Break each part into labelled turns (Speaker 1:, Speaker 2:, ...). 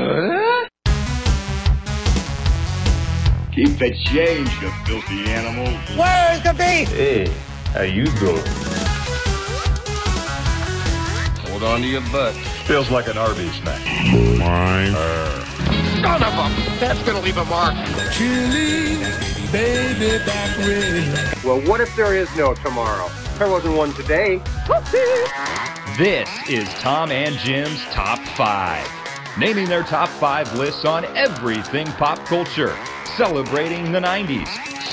Speaker 1: Uh?
Speaker 2: Keep the change, you filthy animal.
Speaker 3: Where's the beef?
Speaker 4: Hey, how you doing?
Speaker 5: Hold on to your butt.
Speaker 4: Feels like an Arby's snack.
Speaker 2: Mine.
Speaker 1: Son of a... That's gonna leave a mark.
Speaker 6: Chili, baby back rib.
Speaker 7: Well, what if there is no tomorrow? There wasn't one today.
Speaker 8: This is Tom and Jim's Top 5, naming their top 5 lists on everything pop culture, celebrating the 90s,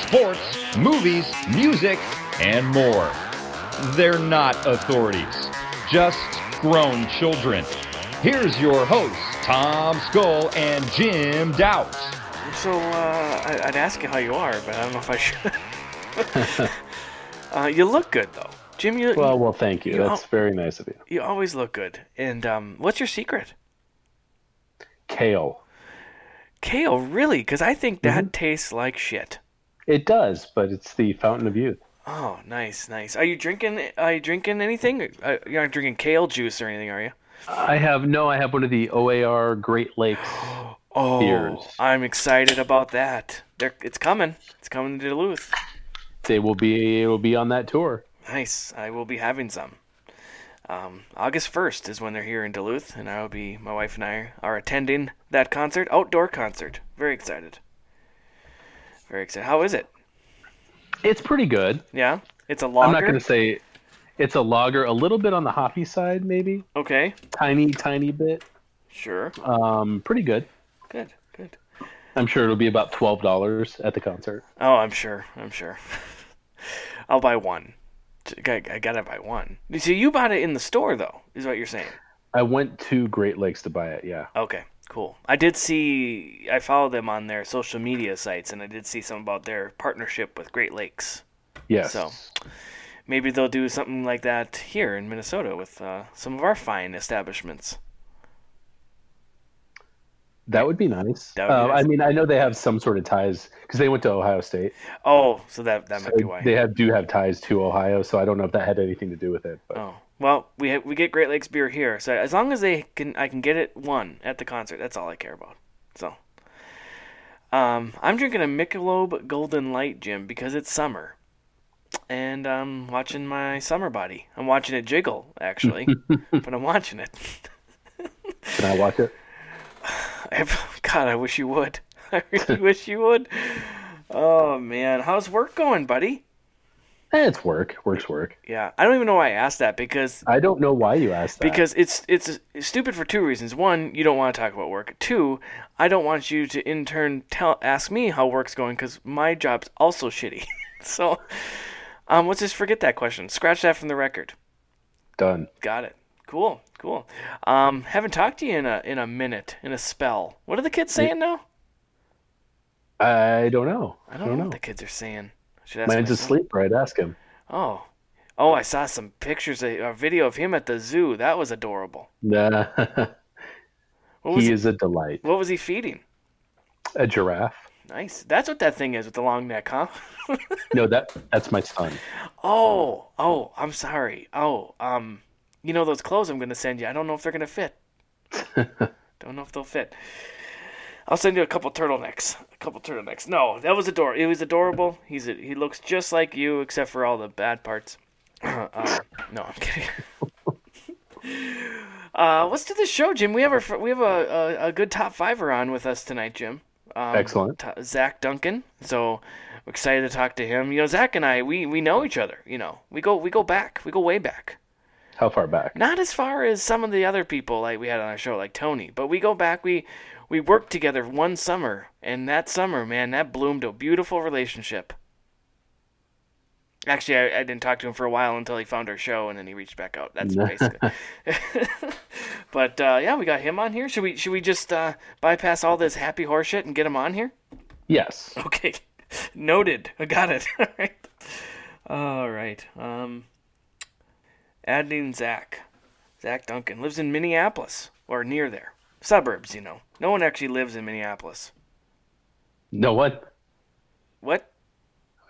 Speaker 8: sports, movies, music, and more. They're not authorities, just grown children. Here's your hosts, Tom Skull and Jim Doubt.
Speaker 9: So, uh, I- I'd ask you how you are, but I don't know if I should. uh, you look good, though. Jim, you,
Speaker 10: Well, well, thank you.
Speaker 9: You
Speaker 10: That's
Speaker 9: al-
Speaker 10: very nice of you.
Speaker 9: you always look good. And um, what's your secret?
Speaker 10: Kale.
Speaker 9: Kale, really? Because I think that
Speaker 10: Mm-hmm.
Speaker 9: tastes like shit.
Speaker 10: It does, but it's the fountain of youth.
Speaker 9: Oh, nice, nice. Are you drinking? Are you drinking anything? Uh, You're not drinking kale juice or anything, are you?
Speaker 10: I have no. I have one of the OAR Great Lakes.
Speaker 9: Oh,
Speaker 10: Beers.
Speaker 9: I'm excited about that. They're, it's coming. It's coming to Duluth.
Speaker 10: They will be. It will be on that tour.
Speaker 9: Nice. I will be having some. Um, August 1st is when they're here in Duluth, and I will be, my wife and I are attending that concert, outdoor concert. Very excited. Very excited. How is it?
Speaker 10: It's pretty good.
Speaker 9: Yeah? It's a lager?
Speaker 10: I'm not going to say it's a lager. A little bit on the hoppy side, maybe.
Speaker 9: Okay.
Speaker 10: Tiny, tiny bit.
Speaker 9: Sure.
Speaker 10: Um, pretty good.
Speaker 9: Good. Good.
Speaker 10: I'm sure it'll be about twelve dollars at the concert.
Speaker 9: Oh, I'm sure. I'm sure. I'll buy one. I, I gotta buy one. So you bought it in the store, though, is what you're saying.
Speaker 10: I went to Great Lakes to buy it. Yeah.
Speaker 9: Okay, cool. I did see I followed them on their social media sites, and I did see some about their partnership with Great Lakes.
Speaker 10: Yes.
Speaker 9: So. Maybe they'll do something like that here in Minnesota with uh, some of our fine establishments.
Speaker 10: that would be nice.
Speaker 9: That would be
Speaker 10: Uh,
Speaker 9: nice.
Speaker 10: I mean, I know they have some sort of ties because they went to Ohio State.
Speaker 9: Oh, so that that might be why.
Speaker 10: They have do have ties to Ohio, so I don't know if that had anything to do with it. But
Speaker 9: Oh well, we ha- we get Great Lakes beer here, so as long as they can, I can get it one at the concert. That's all I care about. So, um, I'm drinking a Michelob Golden Light, Jim, because it's summer, and I'm watching my summer body. I'm watching it jiggle, actually, but I'm watching it.
Speaker 10: can I watch it?
Speaker 9: I God, I wish you would. I really wish you would. Oh man, how's work going, buddy?
Speaker 10: Eh, it's work. Work's work.
Speaker 9: Yeah, I don't even know why I asked that because
Speaker 10: I don't know why you asked that.
Speaker 9: because it's it's stupid for two reasons. One, you don't want to talk about work. Two, I don't want you to in turn tell ask me how work's going because my job's also shitty. so, um, let's just forget that question. Scratch that from the record.
Speaker 10: done.
Speaker 9: Got it. Cool, cool. Um, haven't talked to you in a in a minute, in a spell. What are the kids saying now?
Speaker 10: I don't know.
Speaker 9: I don't, know what the kids are saying. I Should ask
Speaker 10: Man's
Speaker 9: my son.
Speaker 10: asleep, right? Ask him.
Speaker 9: Oh, oh, I saw some pictures, a, a video of him at the zoo. That was adorable.
Speaker 10: Nah.
Speaker 9: What was
Speaker 10: he
Speaker 9: he,
Speaker 10: is a delight.
Speaker 9: what was he feeding?
Speaker 10: A giraffe.
Speaker 9: Nice. That's what that thing is with the long neck, huh?
Speaker 10: No, that that's my son.
Speaker 9: oh, oh, I'm sorry. Oh, um, you know those clothes I'm gonna send you. I don't know if they're gonna fit. don't know if they'll fit. I'll send you a couple turtlenecks. A couple turtlenecks. No, that was adorable. It was adorable. He's a, he looks just like you, except for all the bad parts. um, no, I'm kidding. uh, let's do this show, Jim. We have a fr- we have a, a, a good top fiver on with us tonight, Jim. Um,
Speaker 10: Excellent.
Speaker 9: T- Zach Duncan. So we're excited to talk to him. You know, Zach and I, we, we know each other. You know, we go we go back. We go way back.
Speaker 10: How far back?
Speaker 9: Not as far as some of the other people like we had on our show, like Tony, but we go back. We we worked together one summer, and that summer, man, that bloomed a beautiful relationship. Actually, I, I didn't talk to him for a while until he found our show, and then he reached back out. That's basically. but uh, yeah, we got him on here. Should we should we just uh, bypass all this happy horseshit and get him on here?
Speaker 10: Yes.
Speaker 9: Okay. Noted. I got it. All right. All right. Um, adding Zach. Zach Duncan lives in Minneapolis or near there. Suburbs, you know. No one actually lives in Minneapolis.
Speaker 10: No one.
Speaker 9: What?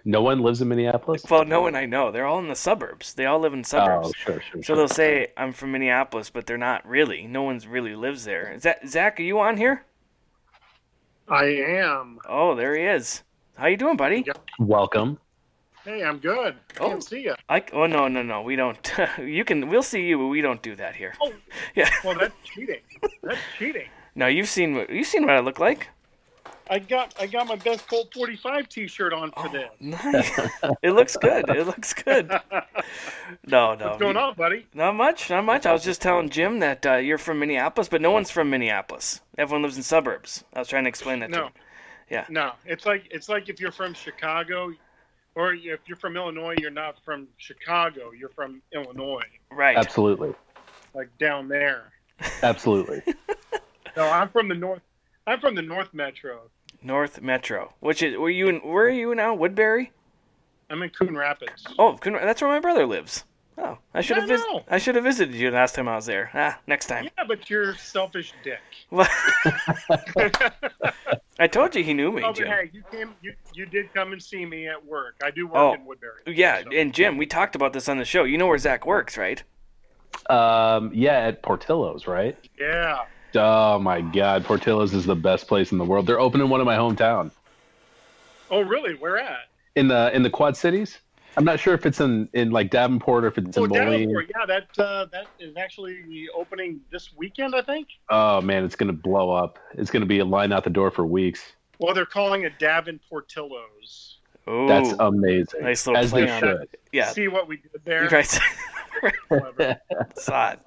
Speaker 10: No one lives in Minneapolis.
Speaker 9: Well, no one I know. They're all in the suburbs. They all live in suburbs.
Speaker 10: Oh, sure, sure.
Speaker 9: So they'll say I'm from Minneapolis, but they're not really. No one's really lives there. Is that Zach? Are you on here?
Speaker 3: I am.
Speaker 9: Oh, there he is. How you doing, buddy?
Speaker 3: Yeah.
Speaker 10: Welcome.
Speaker 3: Hey, I'm good.
Speaker 9: Oh.
Speaker 3: I can see you.
Speaker 9: I oh no no no we don't. you can we'll see you, but we don't do that here.
Speaker 3: Oh.
Speaker 9: Yeah.
Speaker 3: Well, that's cheating. That's cheating.
Speaker 9: No, you've seen what you've seen what I look like.
Speaker 3: I got I got my best Colt 45 T-shirt on
Speaker 9: Oh,
Speaker 3: for this.
Speaker 9: Nice. it looks good. It looks good. No no.
Speaker 3: What's going on, buddy?
Speaker 9: Not much. Not much. I was just telling Jim that uh, you're from Minneapolis, but no one's from Minneapolis. Everyone lives in suburbs. I was trying to explain that to
Speaker 3: No.
Speaker 9: him. Yeah.
Speaker 3: No, it's like it's like if you're from Chicago, or if you're from Illinois, you're not from Chicago. You're from Illinois,
Speaker 9: Right.
Speaker 10: Absolutely.
Speaker 3: like down there.
Speaker 10: Absolutely.
Speaker 3: No, I'm from the north. I'm from the North Metro.
Speaker 9: North Metro. Which is were you in? Where are you now? Woodbury.
Speaker 3: I'm in Coon Rapids.
Speaker 9: Oh, Coon- that's where my brother lives. Oh, I should
Speaker 3: I
Speaker 9: have vis-
Speaker 3: know.
Speaker 9: I should have visited you last time I was there. Ah, next time.
Speaker 3: Yeah, but you're a selfish dick.
Speaker 9: Well, I told you he knew me,
Speaker 3: Oh, but
Speaker 9: Jim.
Speaker 3: hey, you came. You, you did come and see me at work. I do work
Speaker 9: Oh.
Speaker 3: in Woodbury.
Speaker 9: Yeah,
Speaker 3: so-
Speaker 9: and Jim, we talked about this on the show. You know where Zach works, right?
Speaker 10: um, yeah, at Portillo's, right?
Speaker 3: yeah.
Speaker 10: Oh my God, Portillo's is the best place in the world. They're opening one in my hometown
Speaker 3: Oh, really? Where at?
Speaker 10: in the in the Quad Cities. I'm not sure if it's in in like Davenport or if it's
Speaker 3: Oh,
Speaker 10: in Moline.
Speaker 3: Davenport. Yeah, that uh, that is actually opening this weekend, I think.
Speaker 10: Oh man, it's gonna blow up. It's gonna be a line out the door for weeks.
Speaker 3: Well, they're calling it Davenportillos.
Speaker 9: Oh,
Speaker 10: That's amazing.
Speaker 9: nice little
Speaker 10: As
Speaker 9: play
Speaker 10: they
Speaker 9: on
Speaker 10: should.
Speaker 9: yeah.
Speaker 3: See what we did there?
Speaker 9: Right.
Speaker 3: Clever.
Speaker 9: saw it.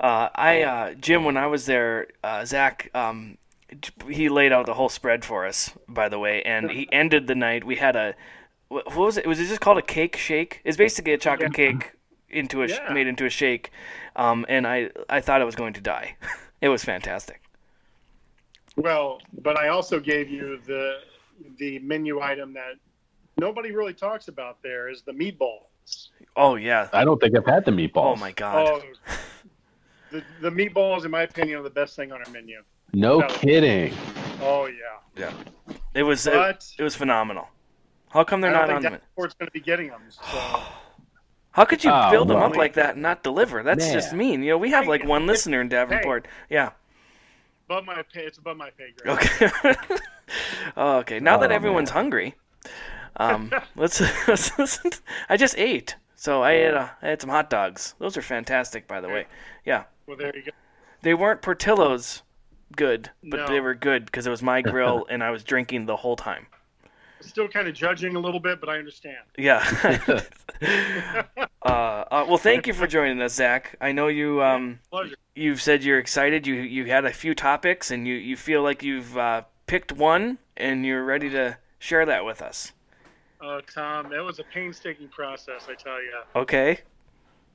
Speaker 9: Uh, I uh, Jim, when I was there, uh, Zach, um, he laid out the whole spread for us, by the way, and he ended the night. We had a wh- what was it? Was it just called a cake shake? It's basically a chocolate cake into a sh
Speaker 3: Yeah.
Speaker 9: made into a shake, um, and I I thought I was going to die. It was fantastic.
Speaker 3: well, but I also gave you the the menu item that nobody really talks about. There is the meatballs.
Speaker 9: Oh yeah.
Speaker 10: I don't think I've had the meatballs.
Speaker 9: Oh my god.
Speaker 3: Oh, the the meatballs, in my opinion, are the best thing on our menu.
Speaker 10: No
Speaker 3: No.
Speaker 10: kidding.
Speaker 3: Oh yeah,
Speaker 9: It was it,
Speaker 3: but
Speaker 9: it was phenomenal. How come they're
Speaker 3: I don't
Speaker 9: not
Speaker 3: think
Speaker 9: on? the
Speaker 3: Davenport's going to be getting them. So.
Speaker 9: How could you
Speaker 10: Oh,
Speaker 9: build them up
Speaker 10: well.
Speaker 9: like that and not deliver? That's
Speaker 10: Man.
Speaker 9: just mean. You know, we have like one listener in Davenport. Yeah.
Speaker 3: above my pay. It's above my pay grade.
Speaker 9: Okay. oh, okay. Now that
Speaker 10: Oh,
Speaker 9: everyone's hungry, um, let's, let's listen. to- I just ate, so I had a, I had some hot dogs. Those are fantastic, by the way. Yeah,
Speaker 3: Well, there you go.
Speaker 9: they weren't Portillo's good, but
Speaker 3: No.
Speaker 9: they were good because it was my grill and I was drinking the whole time.
Speaker 3: Still kind of judging a little bit, but I understand.
Speaker 9: Yeah. uh, uh, well, thank you for joining us, Zach. I know you. Um,
Speaker 3: Pleasure.
Speaker 9: you've said you're excited. You you had a few topics, and you you feel like you've uh, picked one, and you're ready to share that with us.
Speaker 3: Uh, Tom, that was a painstaking process, I tell you.
Speaker 9: Okay.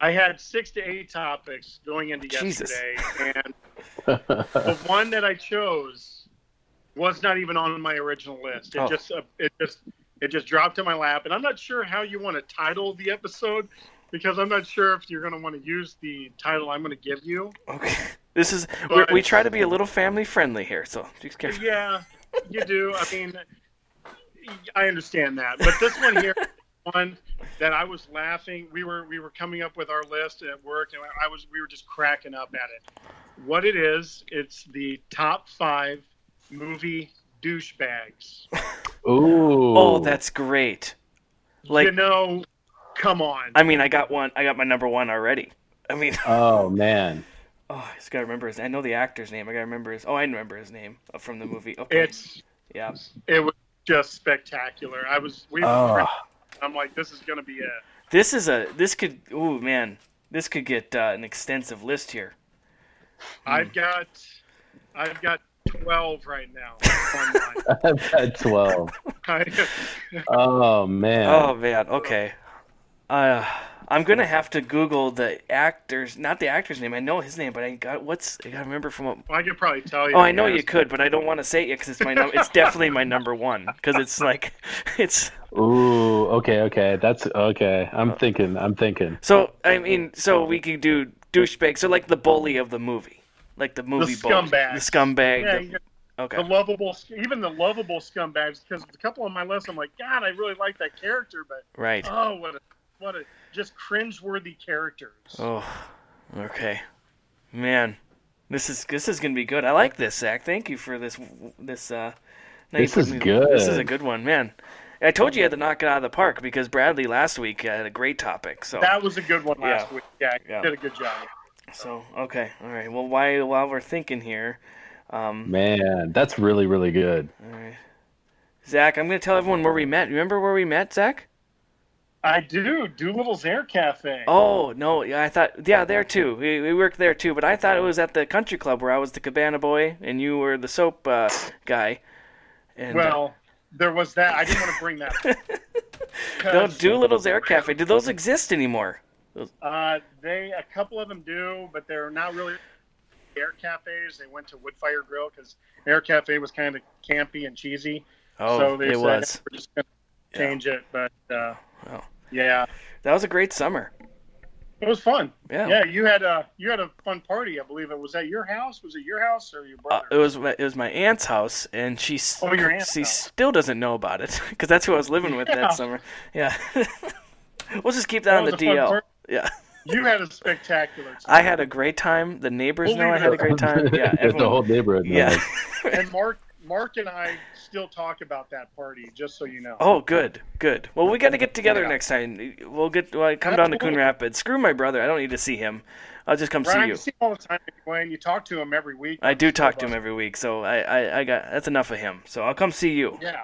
Speaker 3: I had six to eight topics going into
Speaker 9: Jesus.
Speaker 3: yesterday, and the one that I chose was not even on my original list. It
Speaker 9: Oh.
Speaker 3: just uh, it just it just dropped in my lap, and I'm not sure how you want to title the episode because I'm not sure if you're going to want to use the title I'm going to give you.
Speaker 9: Okay. This is we
Speaker 3: Alright.
Speaker 9: we try to be a little family friendly here, so just careful.
Speaker 3: Yeah, you do. I mean, I understand that, but this one here, one that I was laughing. We were we were coming up with our list at work, and I was we were just cracking up at it. What it is? It's the top five movie douchebags.
Speaker 10: Ooh.
Speaker 9: Oh, that's great. Like
Speaker 3: you know, come on.
Speaker 9: I mean, I got one. I got my number one already. I mean,
Speaker 10: Oh man.
Speaker 9: oh, I just gotta remember his. I know the actor's name. I gotta remember his. Oh, I remember his name from the movie. Okay.
Speaker 3: It's
Speaker 9: yeah.
Speaker 3: it was just spectacular. I was we. Were
Speaker 10: Oh.
Speaker 3: I'm like, this is gonna be it.
Speaker 9: This is a. This could. Ooh, man. This could get uh, an extensive list here.
Speaker 3: I've got, I've got twelve right now. on mine.
Speaker 10: I've had twelve.
Speaker 3: I-
Speaker 10: Oh man.
Speaker 9: Oh man, okay. Uh, I'm gonna have to Google the actor's, not the actor's name. I know his name, but I got what's I gotta remember from. What,
Speaker 3: Well, I could probably tell you.
Speaker 9: oh, I know you
Speaker 3: guess.
Speaker 9: could, but I don't want to say it because it's my num- It's definitely my number one because it's like, it's
Speaker 10: Ooh. Okay. Okay. That's okay.
Speaker 9: Oh.
Speaker 10: I'm thinking. I'm thinking.
Speaker 9: so. I mean, so we could do douchebag. So like the bully of the movie, like the movie bully,
Speaker 3: scumbag.
Speaker 9: the scumbag.
Speaker 3: Yeah,
Speaker 9: the-
Speaker 3: you-
Speaker 9: Okay.
Speaker 3: the lovable, even the lovable scumbags. Because a couple on my list, I'm like, God, I really like that character, but
Speaker 9: Right.
Speaker 3: oh, what a, what a, just cringeworthy characters.
Speaker 9: Oh, okay, man, this is this is gonna be good. I like this, Zach. Thank you for this this. uh now you
Speaker 10: This
Speaker 9: put
Speaker 10: is
Speaker 9: me-
Speaker 10: good.
Speaker 9: This is a good one, man. I told you I had to knock it out of the park because Bradley last week had a great topic. So
Speaker 3: That was a good one last
Speaker 9: Yeah.
Speaker 3: week. Yeah, you
Speaker 9: Yeah.
Speaker 3: did a good job.
Speaker 9: so okay, all right. Well, while while we're thinking here, um,
Speaker 10: Man, that's really, really good.
Speaker 9: all right, Zach, I'm gonna tell everyone where we met. Remember where we met, Zach?
Speaker 3: I do Doolittle's Air Cafe.
Speaker 9: Oh no, yeah, I thought yeah, there too. We, we worked there too, but I thought it was at the country club where I was the cabana boy and you were the soap uh, guy. And, uh,
Speaker 3: well, there was that. I didn't want to bring that. up.
Speaker 9: No,
Speaker 3: 'Cause,
Speaker 9: Doolittle's Air Cafe. Do those exist anymore?
Speaker 3: Uh, they a couple of them do, but they're not really air cafes. They went to Woodfire Grill because Air Cafe was kind of campy and cheesy. so they
Speaker 9: Oh, it
Speaker 3: said,
Speaker 9: was.
Speaker 3: We're just gonna change it, but uh,
Speaker 9: Wow.
Speaker 3: yeah,
Speaker 9: That was a great summer.
Speaker 3: it was fun.
Speaker 9: Yeah.
Speaker 3: Yeah, you had a you had a fun party. I believe it was at your house. Was it your house or your
Speaker 9: Uh,
Speaker 3: brother?
Speaker 9: it was my- it was my aunt's house, and she s-
Speaker 3: Oh, your aunt's
Speaker 9: she
Speaker 3: house.
Speaker 9: still doesn't know about it because that's who I was living with
Speaker 3: Yeah.
Speaker 9: that summer. Yeah, we'll just keep that,
Speaker 3: That
Speaker 9: on the
Speaker 3: was a fun
Speaker 9: DL.
Speaker 3: part.
Speaker 9: Yeah,
Speaker 3: you had a spectacular. Time.
Speaker 9: I had a great time. The neighbors
Speaker 3: We'll
Speaker 9: know I
Speaker 3: leave it
Speaker 9: had a
Speaker 3: at
Speaker 9: great time. Yeah,
Speaker 10: the
Speaker 9: everyone-
Speaker 10: whole neighborhood. knows.
Speaker 9: yeah.
Speaker 3: and Mark Mark and I still talk about that party. Just so you know.
Speaker 9: Oh, good, good. Well, we got to get together
Speaker 3: Yeah.
Speaker 9: next time. We'll get. Well, I come down to Coon
Speaker 3: Absolutely.
Speaker 9: Rapids. Screw my brother. I don't need to see him. I'll just come
Speaker 3: Brian,
Speaker 9: see you.
Speaker 3: see him all the time, anyway, and you talk to him every week.
Speaker 9: I do talk to him every week, so I, I, I got that's enough of him. So I'll come see you.
Speaker 3: Yeah,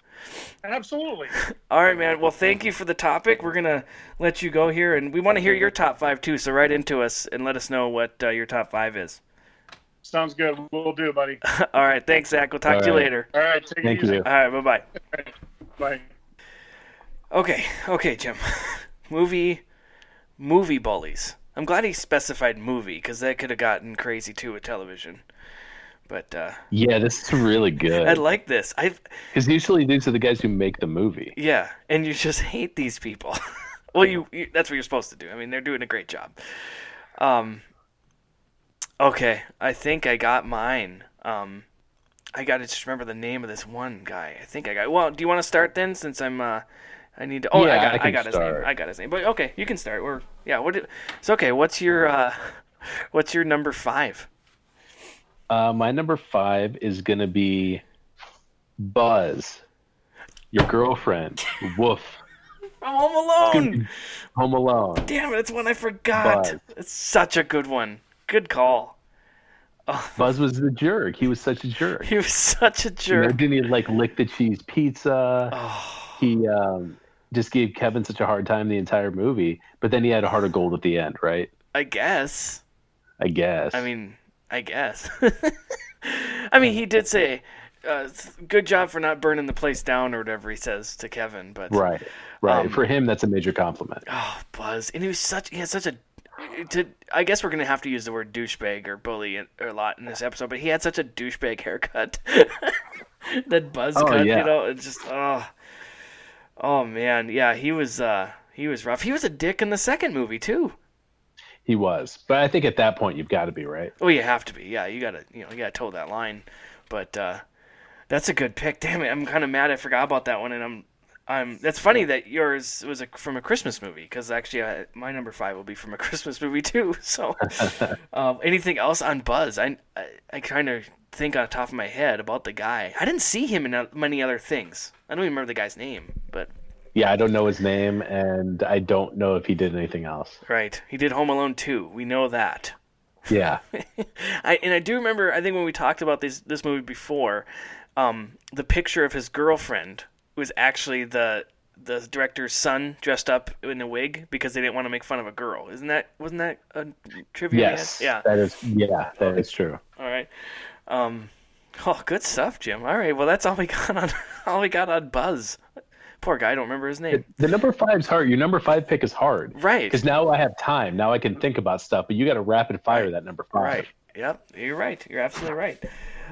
Speaker 3: absolutely.
Speaker 9: All right, man. Well, thank you for the topic. We're gonna let you go here, and we want to hear your top five too. So write into us and let us know what uh, your top five is.
Speaker 3: Sounds good. We'll do, buddy.
Speaker 9: All right, thanks, Zach. We'll talk
Speaker 10: All
Speaker 9: to you
Speaker 10: right.
Speaker 9: later.
Speaker 3: All right, take
Speaker 10: Thank
Speaker 3: it easy.
Speaker 10: you.
Speaker 9: All right, bye bye.
Speaker 3: Bye.
Speaker 9: Okay, okay, Jim. movie, movie bullies. I'm glad he specified movie because that could have gotten crazy too with television. But uh,
Speaker 10: Yeah, this is really
Speaker 9: I
Speaker 10: good.
Speaker 9: like this. I
Speaker 10: Because usually these are the guys who make the movie.
Speaker 9: yeah, and you just hate these people. well, you, you that's what you're supposed to do. I mean, they're doing a great job. Um. Okay, I think I got mine. Um, I got to just remember the name of this one guy. I think I got. Well, do you want to start then? Since I'm uh, I need to. Oh,
Speaker 10: Yeah,
Speaker 9: I got.
Speaker 10: I
Speaker 9: I,
Speaker 10: can
Speaker 9: got his name.
Speaker 10: start.
Speaker 9: I got his name. But okay, you can start. Or yeah, what? Did, it's okay. What's your uh, what's your number five?
Speaker 10: Uh, my number five is gonna be Buzz, your girlfriend. Woof.
Speaker 9: From Home Alone.
Speaker 10: Home Alone.
Speaker 9: Damn it! It's one I forgot.
Speaker 10: Buzz.
Speaker 9: It's such a good one. Good call.
Speaker 10: Buzz was the jerk. He was such a jerk.
Speaker 9: He was such a
Speaker 10: You know,
Speaker 9: jerk. Oh.
Speaker 10: didn't he like lick the cheese pizza? He um, just gave Kevin such a hard time the entire movie. But then he had a heart of gold at the end, right?
Speaker 9: I guess.
Speaker 10: I guess.
Speaker 9: I mean, I guess. I mean, he did say, uh, "Good job for not burning the place down" or whatever he says to Kevin. But
Speaker 10: right, right.
Speaker 9: um,
Speaker 10: For him, that's a major compliment.
Speaker 9: oh, Buzz, and he was such he had such a. To, I guess we're gonna have to use the word douchebag or bully in- or a lot in this episode, but he had such a douchebag haircut, that buzz
Speaker 10: Oh,
Speaker 9: cut,
Speaker 10: yeah.
Speaker 9: you know, it's just oh, oh man, yeah, he was uh, he was rough. He was a dick in the second movie too.
Speaker 10: He was, but I think at that point you've got to be right.
Speaker 9: Well, you have to be. Yeah, you gotta, you know, you gotta toe that line. But uh, that's a good pick. Damn it, I'm kind of mad I forgot about that one. And I'm, I'm. That's funny that yours was a, from a Christmas movie because actually I, my number five will be from a Christmas movie too. So, um, anything else on Buzz? I, I, I kind of think on top of my head about the guy. I didn't see him in o- many other things. I don't even remember the guy's name, but
Speaker 10: Yeah, I don't know his name, and I don't know if he did anything else.
Speaker 9: right, he did Home Alone two. We know that.
Speaker 10: Yeah,
Speaker 9: I and I do remember. I think when we talked about this this movie before, um, the picture of his girlfriend was actually the the director's son dressed up in a wig because they didn't want to make fun of a girl. Isn't that wasn't that a trivia? we had?
Speaker 10: yes,
Speaker 9: Yeah.
Speaker 10: that is, yeah, that is true.
Speaker 9: All right. Um, oh, good stuff, Jim. All right. Well, that's all we got on all we got on Buzz. Poor guy. I don't remember his name.
Speaker 10: The number five's hard. Your number five pick is hard,
Speaker 9: Right.
Speaker 10: Because now I have time. Now I can think about stuff. But you got to rapid fire that number five.
Speaker 9: Right. Yep. You're right. You're absolutely right.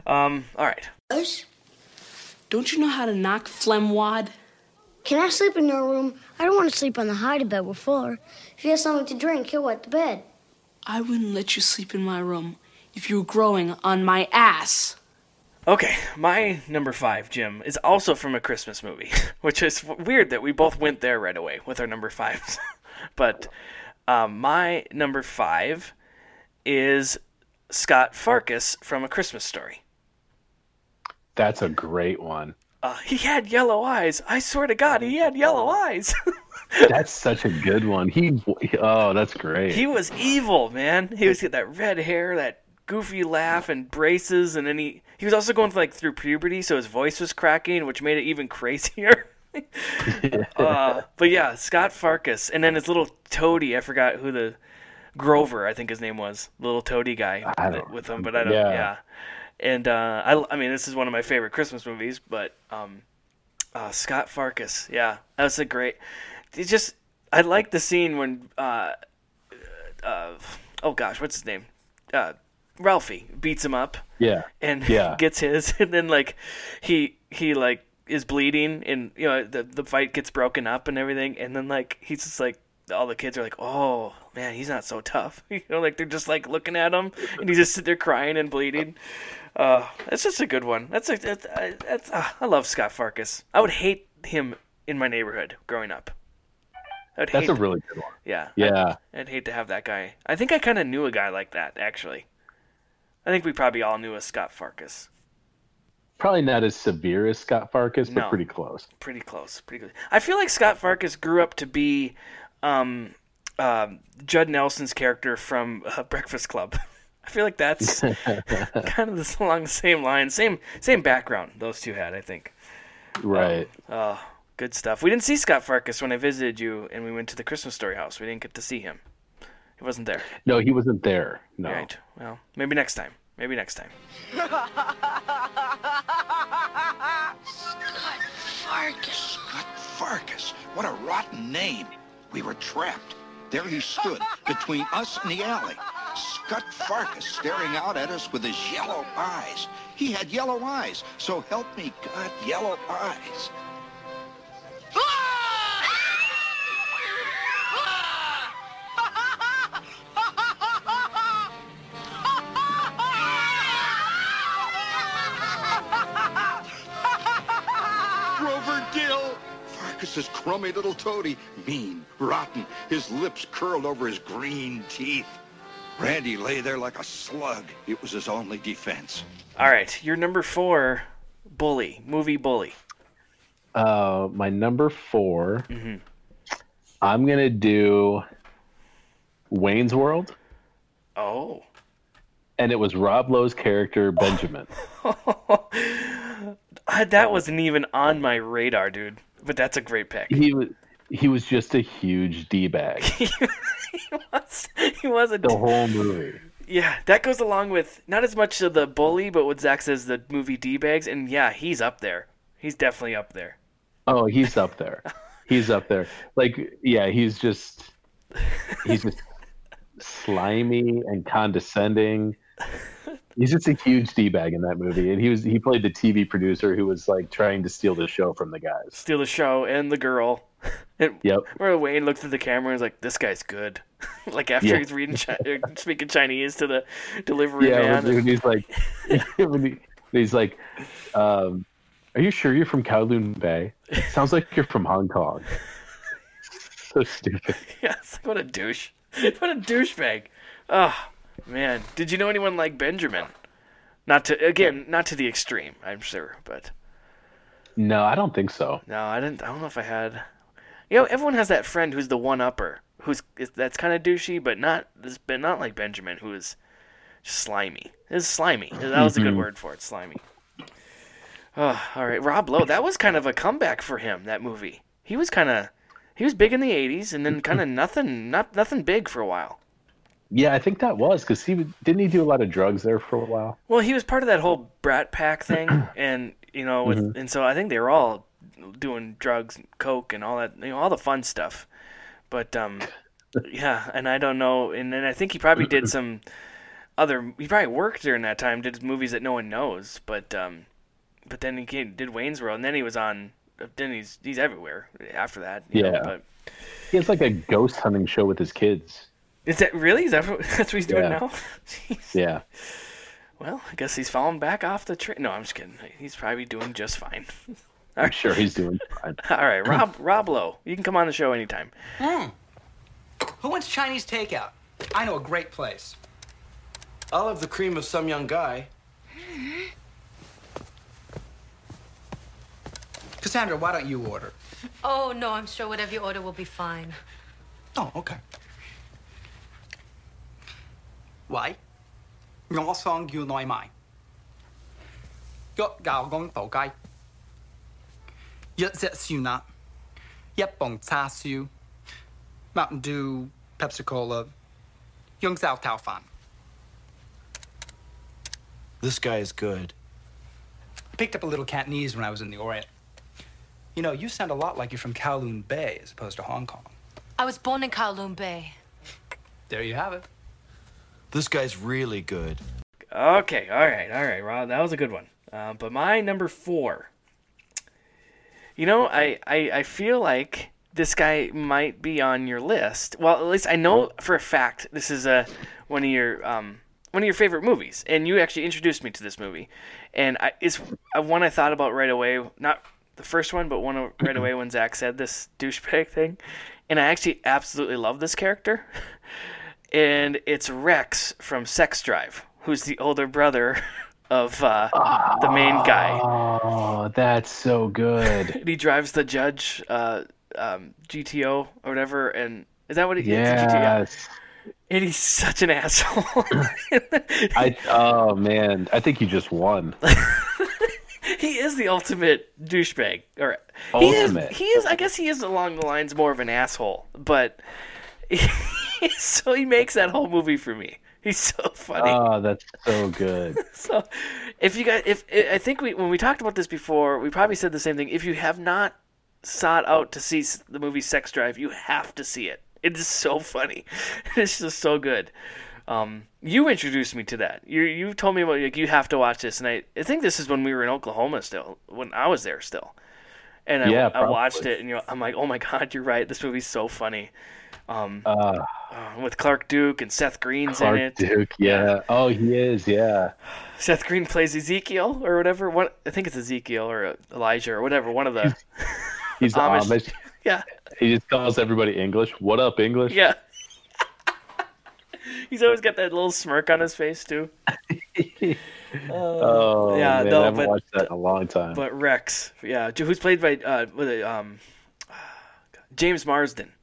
Speaker 9: Um. All right.
Speaker 11: Don't you know how to knock flemwad?
Speaker 12: Can I sleep in your room? I don't want to sleep on the hide bed with Fuller. If he has something to drink, he'll wet the bed.
Speaker 11: I wouldn't let you sleep in my room if you were growing on my ass.
Speaker 9: Okay, my number five, Jim, is also from a Christmas movie, which is weird that we both went there right away with our number fives. but um, my number five is Scott Farkas from A Christmas Story.
Speaker 10: That's a great one.
Speaker 9: Uh, he had yellow eyes. I swear to God, he had yellow eyes.
Speaker 10: That's such a good one. He, oh, that's great.
Speaker 9: he was evil, man. He was that red hair, that goofy laugh, and braces, and then he he was also going like through puberty, so his voice was cracking, which made it even crazier. uh, but yeah, Scott Farkas, and then his little toady. I forgot who the Grover, I think his name was, little toady guy with him, but I don't.
Speaker 10: Yeah.
Speaker 9: Yeah. And uh, I, I mean, this is one of my favorite Christmas movies, but um, uh, Scott Farkas, yeah, that was a great. It's just I like the scene when uh, uh, oh gosh, what's his name? Uh, Ralphie beats him up
Speaker 10: Yeah.
Speaker 9: and
Speaker 10: Yeah.
Speaker 9: gets his and then like he he like is bleeding and you know the the fight gets broken up and everything and then like he's just like all the kids are like oh man he's not so tough you know like they're just like looking at him and he's just sitting there crying and bleeding uh that's just a good one that's a that's, I- that's uh, i love scott farkas i would hate him in my neighborhood growing up I would
Speaker 10: That's
Speaker 9: hate
Speaker 10: a really good one.
Speaker 9: yeah I'd-
Speaker 10: Yeah.
Speaker 9: I'd hate to have that guy i think i kind of knew a guy like that actually i think we probably all knew a scott farkas
Speaker 10: Probably not as severe as Scott Farkas, but
Speaker 9: No.
Speaker 10: pretty close.
Speaker 9: pretty close. Pretty close. I feel like Scott Farkas grew up to be um, um Judd Nelson's character from uh, Breakfast Club. I feel like that's kind of this along the same line, same same background those two had. I think.
Speaker 10: Right.
Speaker 9: Oh, good stuff. We didn't see Scott Farkas when I visited you, and we went to the Christmas Story house. We didn't get to see him. He wasn't there.
Speaker 10: No, he wasn't there. No.
Speaker 9: Right. Well, maybe next time. Maybe next time.
Speaker 13: Scott Farkas. Scott Farkas. What a rotten name. We were trapped. There he stood, between us and the alley. Scott Farkas staring out at us with his yellow eyes. He had yellow eyes, so help me God, yellow eyes. Grover Gill! Farkas's crummy little toady, mean, rotten, his lips curled over his green teeth. Randy lay there like a slug. It was his only defense.
Speaker 9: All right. Your number four, bully movie bully.
Speaker 10: Uh, my number 4 i I'm gonna do Wayne's World,
Speaker 9: Oh.
Speaker 10: and it was Rob Lowe's character Benjamin.
Speaker 9: I, Uh, that wasn't even on my radar, dude. But that's a great pick.
Speaker 10: he was he was just a huge d bag
Speaker 9: he was a
Speaker 10: the whole movie.
Speaker 9: yeah. That goes along with not as much of the bully, but what Zach says the movie d bags, and yeah, he's up there. He's definitely up there.
Speaker 10: Oh, he's up there. He's up there. Like yeah, he's just he's just slimy and condescending. He's just a huge d bag in that movie, and he was he played the TV producer who was like trying to steal the show from the guys.
Speaker 9: Steal the show and the girl. And
Speaker 10: Yep.
Speaker 9: Where Wayne looks at the camera and is like, "This guy's good." like after
Speaker 10: Yeah.
Speaker 9: he's reading chi- uh, speaking Chinese to the delivery
Speaker 10: Yeah,
Speaker 9: man.
Speaker 10: when, when he's like, when he- he's like, um, "Are you sure you're from Kowloon Bay? Sounds like you're from Hong Kong." so stupid.
Speaker 9: yeah, it's like, what a douche. What a douchebag. Oh, man. Did you know anyone like Benjamin? Not to again, not to the extreme, I'm sure, but
Speaker 10: No, I don't think so.
Speaker 9: no, I didn't I don't know if I had You know, everyone has that friend who's the one upper, who's is- that's kind of douchey, but not this but not like Benjamin who is slimy. It's slimy. That was a good
Speaker 10: Mhm.
Speaker 9: word for it, slimy. Oh, all right, Rob Lowe. That was kind of a comeback for him. That movie. He was kind of, he was big in the '80s, and then kind of nothing, not nothing big for a while.
Speaker 10: Yeah, I think that was because he w- didn't he do a lot of drugs there for a while.
Speaker 9: Well, he was part of that whole brat pack thing, and you know, with
Speaker 10: Mhm.
Speaker 9: and so I think they were all doing drugs, and coke, and all that, you know, all the fun stuff. But um, yeah, and I don't know, and then I think he probably did some other. He probably worked during that time, did movies that no one knows, but um, but then he came, did Wayne's World, and then he was on. Then he's he's everywhere after that. you know,
Speaker 10: Yeah.
Speaker 9: but
Speaker 10: He has like a ghost hunting show with his kids.
Speaker 9: is that really is that what, that's what he's doing
Speaker 10: Yeah.
Speaker 9: now?
Speaker 10: Yeah,
Speaker 9: Well, I guess he's falling back off the train. No, I'm just kidding. He's probably doing just fine.
Speaker 10: I'm sure he's doing fine.
Speaker 9: All right, Rob Rob Lowe, you can come on the show anytime.
Speaker 14: Mm. Who wants Chinese takeout? I know a great place. I'll have the cream of some young guy. Cassandra, why don't you order?
Speaker 15: Oh, no, I'm sure whatever you order will be fine.
Speaker 14: Oh, okay. Why?我想要內賣，一牛公道雞，一隻燒臘，一磅叉燒，Mountain Dew、Pepsi Cola，用手炒飯。
Speaker 13: This guy is good.
Speaker 14: I picked up a little Cantonese when I was in the Orient. You know, you sound a lot like you're from Kowloon Bay as opposed to Hong Kong.
Speaker 15: I was born in Kowloon Bay.
Speaker 14: There you have it.
Speaker 13: This guy's really good.
Speaker 9: Okay, all right, all right, Rob, that was a good one. Uh, but my number four. You know, I, I I feel like this guy might be on your list. Well, at least I know for a fact this is a one of your um one of your favorite movies, and you actually introduced me to this movie, and I it's a one I thought about right away. Not the first one, but one right away when Zach said this douchebag thing, and I actually absolutely love this character. and it's Rex from Sex Drive, who's the older brother of uh, the main guy.
Speaker 10: Oh, that's so good.
Speaker 9: And he drives the judge uh, um, GTO or whatever, and is that what it is?
Speaker 10: yes.
Speaker 9: And he's such an asshole.
Speaker 10: I oh man, I think you just won.
Speaker 9: he is the ultimate douchebag. Or
Speaker 10: Ultimate.
Speaker 9: He is, he is. I guess he is along the lines more of an asshole, but so he makes that whole movie for me. He's so funny.
Speaker 10: Oh, that's so good.
Speaker 9: so if you guys if i think we when we talked about this before we probably said the same thing if you have not sought out to see s- the movie sex drive you have to see it it is so funny it's just so good um, you introduced me to that you you told me about like you have to watch this and I, I think this is when we were in oklahoma still when i was there still and i,
Speaker 10: Yeah,
Speaker 9: I watched
Speaker 10: probably.
Speaker 9: it and you know, i'm like oh my god you're right this movie's so funny um, uh, with clark duke and seth green's in
Speaker 10: Clark
Speaker 9: it
Speaker 10: Duke, yeah. Oh, he is, yeah.
Speaker 9: Seth Green plays Ezekiel or whatever. One, I think it's Ezekiel or Elijah or whatever. One of the.
Speaker 10: He's the
Speaker 9: Amish.
Speaker 10: Amish.
Speaker 9: Yeah,
Speaker 10: He just calls everybody English. What up, English?
Speaker 9: yeah. He's always got that little smirk on his face too.
Speaker 10: Oh,
Speaker 9: yeah,
Speaker 10: man,
Speaker 9: no,
Speaker 10: I haven't
Speaker 9: but-
Speaker 10: watched that in a long time.
Speaker 9: But Rex, yeah, who's played by uh, with a, um, James Marsden.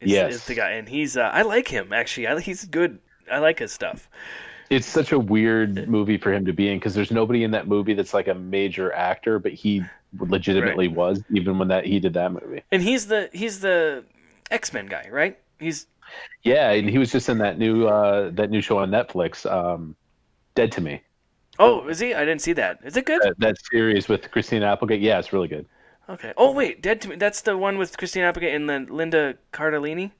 Speaker 9: Is,
Speaker 10: Yes.
Speaker 9: is the guy, and he's uh, I like him actually. I, he's good. I like his stuff.
Speaker 10: it's such a weird movie for him to be in because there's nobody in that movie that's like a major actor, but he legitimately was even when that he did that movie.
Speaker 9: And he's the he's the X Men guy, right? He's
Speaker 10: Yeah, and he was just in that new uh, that new show on Netflix, um, Dead to Me.
Speaker 9: oh, is he? I didn't see that. Is it good?
Speaker 10: That, that series with Christina Applegate. Yeah, it's really good.
Speaker 9: Okay. Oh wait, Dead to Me. That's the one with Christine Applegate and then Linda Cardellini.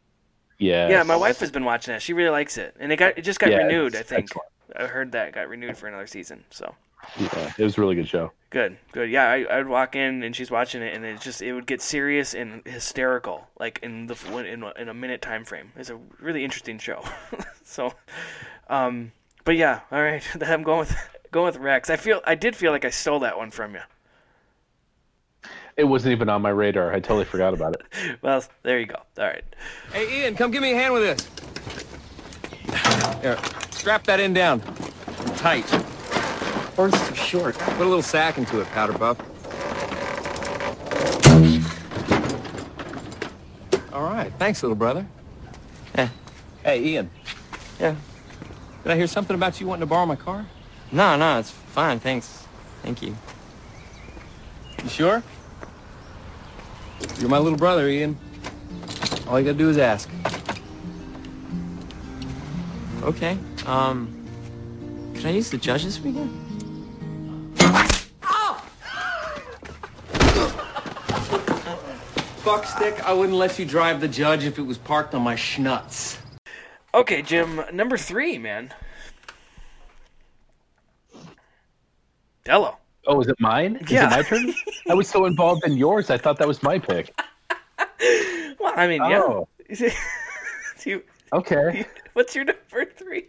Speaker 10: Yeah.
Speaker 9: Yeah, my wife has been watching that. She really likes it, and it got it just got
Speaker 10: Yeah,
Speaker 9: renewed. I
Speaker 10: it's
Speaker 9: think I heard that it got renewed for another season. So
Speaker 10: Yeah, it was a really good show.
Speaker 9: good, good. Yeah, I, I would walk in and she's watching it, and it just it would get serious and hysterical, like in the in a, in a minute time frame. It's a really interesting show. so, um, but yeah, all right. I'm going with going with Rex. I feel I did feel like I stole that one from you.
Speaker 10: It wasn't even on my radar. I totally forgot about it.
Speaker 9: Well, there you go. All right.
Speaker 16: Hey, Ian, come give me a hand with this. Here, strap that end down. Tight. Horns are short. Put a little sack into it, Powder Puff. All right. Thanks, little brother. Eh. Hey, Ian. Yeah. Did I hear something about you wanting to borrow my car?
Speaker 17: No, no, it's fine. Thanks. Thank you.
Speaker 16: You sure? You're my little brother, Ian. All you gotta do is ask.
Speaker 17: Okay. Um, can I use the judge this weekend?
Speaker 16: Buckstick, I wouldn't let you drive the judge if it was parked on my schnutz.
Speaker 9: Okay, Jim, number three, man. Hello.
Speaker 10: Oh, is it mine? Is
Speaker 9: Yeah.
Speaker 10: it my turn? I was so involved in yours, I thought that was my pick.
Speaker 9: Well, I mean,
Speaker 10: Oh.
Speaker 9: yeah. Do you-
Speaker 10: Okay.
Speaker 9: What's your number three?